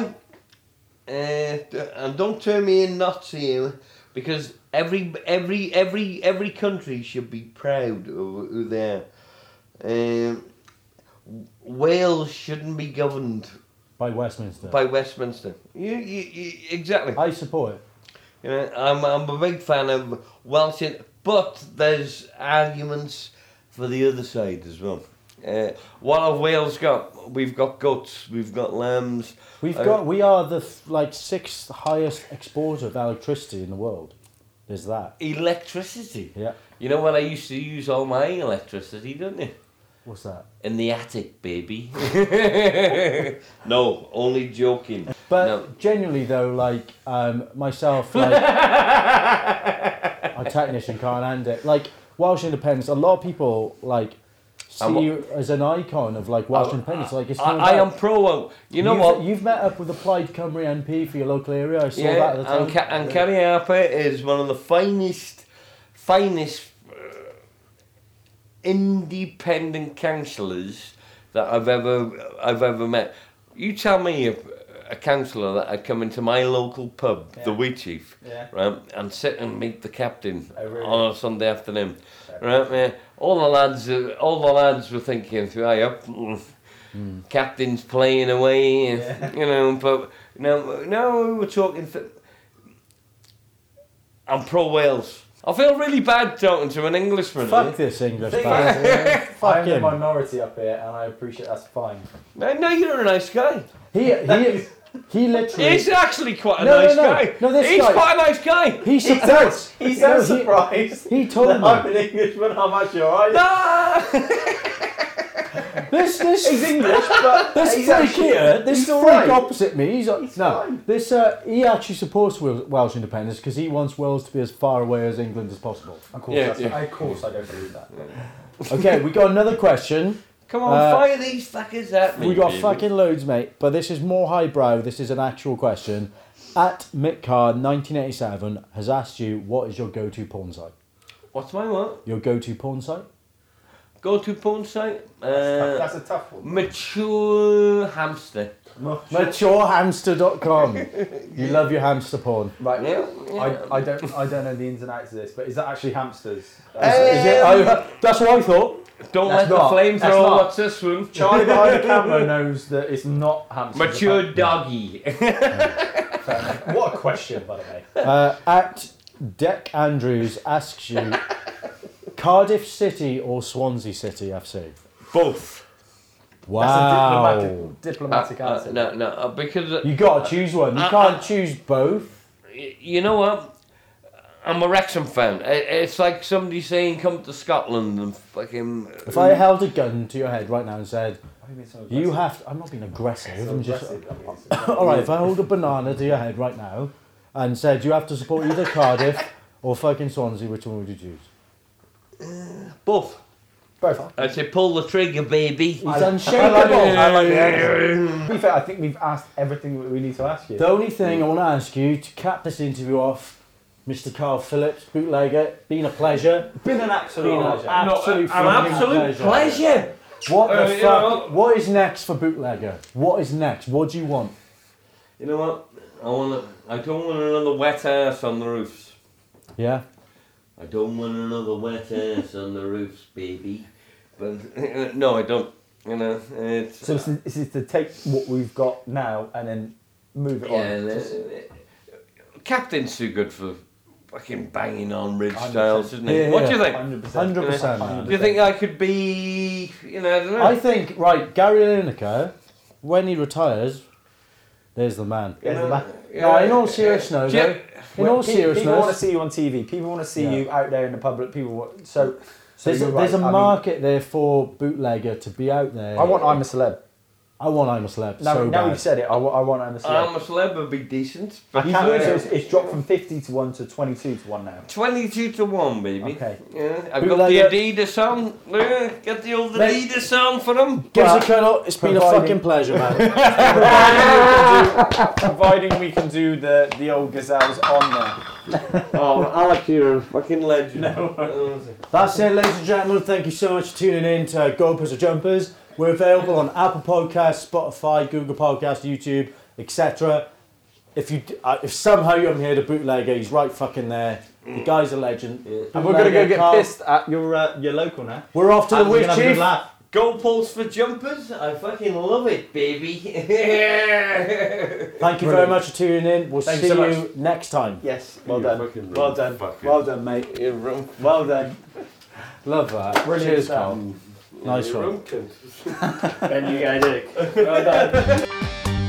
Uh, d- and don't turn me in Nazi here, because every every every every country should be proud of who they are. Um, Wales shouldn't be governed
By Westminster.
by Westminster. You, you, you exactly.
I support it.
You know, I'm, I'm a big fan of Welsh, in- but there's arguments for the other side as well. Uh, what have Wales got? We've got guts, we've got lambs.
We've
Uh,
got, we are the f- like sixth highest exporter of electricity in the world. There's that.
electricity.
Yeah.
You know when I used to use all my electricity, don't you?
What's that?
In the attic, baby. no, only joking.
But
No.
generally, though, like um, myself, like a technician can't hand it. Like Welsh independence, a lot of people like see
I'm-
you as an icon of like Welsh
I-
independence. Like it's
I,
not
I am
about-
pro. You know
you've,
what?
You've met up with the Plaid Cymru MP for your local area. I saw
yeah,
that at the time.
and, Ca- and Kenny Harper is one of the finest, finest uh, independent councillors that I've ever I've ever met. You tell me if a councillor that I'd come into my local pub, the Wee Chief,
Yeah.
right, and sit and meet the captain
Oh, really?
on a Sunday afternoon, right? Yeah. All the lads, uh, all the lads were thinking, "Hey, up." mm,
Hmm.
captain's playing away, and, you know. But no, no, we were talking. Th- I'm pro Wales. I feel really bad talking to an Englishman.
Fuck
eh?
this English
Thing
bastard.
is,
Fuck
I'm the
him.
minority up here, and I appreciate that's fine.
Uh, No, no, you're a nice guy.
He he he literally.
He's actually quite a
No, no,
nice
no.
guy.
No, this
He's
guy-
quite a nice guy.
He supports.
He's
no,
so
he-
surprised.
He told
that
me
I'm an Englishman. I'm actually alright.
Ah!
this this
He's English, but
This
he's
freak
actually-
here, this
he's
freak
alright.
opposite me, he's, no.
fine.
This uh, he actually supports Wel- Welsh independence because he wants Wales to be as far away as England as possible.
Of course,
Yeah,
that's-
yeah.
of course, I don't believe that.
Okay, we got another question.
Come on,
Uh,
fire these fuckers at me.
We got
baby.
fucking loads, mate. But this is more highbrow. This is an actual question. At Mick Carr, 1987, has asked you what is your go-to porn site?
What's my what?
Your go-to porn site?
Go to porn site. Uh,
That's a tough one.
mature hamster.
Maturehamster.com. you love your hamster porn.
Right.
Yeah, yeah.
I, I don't I don't know the ins and outs of this, but is that actually hamsters?
Is it, oh, that's what I thought.
Don't let
That's
the
not-
flames
that's
roll.
not.
What's this one?
Charlie behind the camera knows that it's not hamsters. um,
Mature doggy.
What a question, by the way.
Uh, at Deck Andrews asks you Cardiff City or Swansea City FC?
Both.
Wow.
That's a diplomatic, diplomatic
Uh,
answer.
no, no, uh, because uh,
You gotta choose one. You
Uh,
can't
uh,
choose both.
y- you know what? I'm a Wrexham fan. I- It's like somebody saying, "Come to Scotland and fucking." uh,
If I held a gun to your head right now and said,
Why are you being so
You
Mm. aggressive?
have to, I'm not being aggressive,
So
I'm just
aggressive, I mean, it's-
Alright, if I hold a banana to your head right now and said you have to support either Cardiff or fucking Swansea, which one would you choose?
both.
Both.
I say, pull the trigger, baby.
He's
I
unshakable.
like the answer. To be fair, I think we've asked everything that we need to ask you.
The only thing I want to ask you to cap this interview off, Mr. Carl Phillips, bootlegger, been a pleasure.
been an absolute
Been an absolute,
An
fucking
absolute pleasure.
What the
Uh,
fuck?
you know what?
What is next for bootlegger? What is next? What do you want?
You know what? I want. I don't want another wet ass on the roofs.
Yeah.
I don't want another wet ass on the roofs, baby. But uh, no, I don't. You know, it's
So this is, this is to take what we've got now and then move it
yeah.
on.
that's- Captain's too good for fucking banging on Ridge
100%.
Styles, isn't he? what do you think?
Hundred percent.
Hundred percent.
Do you think I could be? You know, I don't know.
I think right, Gary Lineker, when he retires, there's the man.
Yeah,
No, in all seriousness,
Yeah.
though, in all
people, people want to
seriousness,
see you on TV. People want to see
Yeah.
you out there in the public. People want, so. so
there's, a,
you're right.
there's a
I mean,
market there for bootlegger to be out there.
I want I'm a celeb.
I want I'm a celeb.
Now,
so
now
bad.
you've said it. I, wa- I want I'm a celeb.
I'm a celeb would be decent.
I can't believe it's, it's dropped from 50 to 1 to 22 to 1 now.
22 to 1, baby.
Okay.
Yeah, I've
Who
got
like
the
it?
Adidas on. Yeah, get the old
Mate.
Adidas on for them.
Give us
But
a cuddle. It's been a
providing-
fucking pleasure, man.
Providing we can do the, the old gazelles on there.
Oh, Alec, you're a fucking legend. Oh,
That's it, ladies and gentlemen. Thank you so much for tuning in to Goalposts or Jumpers. We're available on Apple Podcasts, Spotify, Google Podcasts, YouTube, etc. If you, uh, if somehow you haven't heard of bootlegger, he's right fucking there. The guy's a legend.
And we're going to go
Bootlegger,
get
Carl.
pissed at your, uh, your local now.
We're off to the
And we're
witch
gonna have a good
chief.
laugh.
Goal posts for jumpers. I fucking love it, baby.
Thank you very much for tuning in. We'll
Thank
see
you so
you next time.
Yes, well
You're fucking wrong.
done. Well done.
Fucking-
Well done, mate. Well done.
Love that.
Brilliant
Cheers,
stuff.
Carl. Nice one.
And you guys did it.
Well done.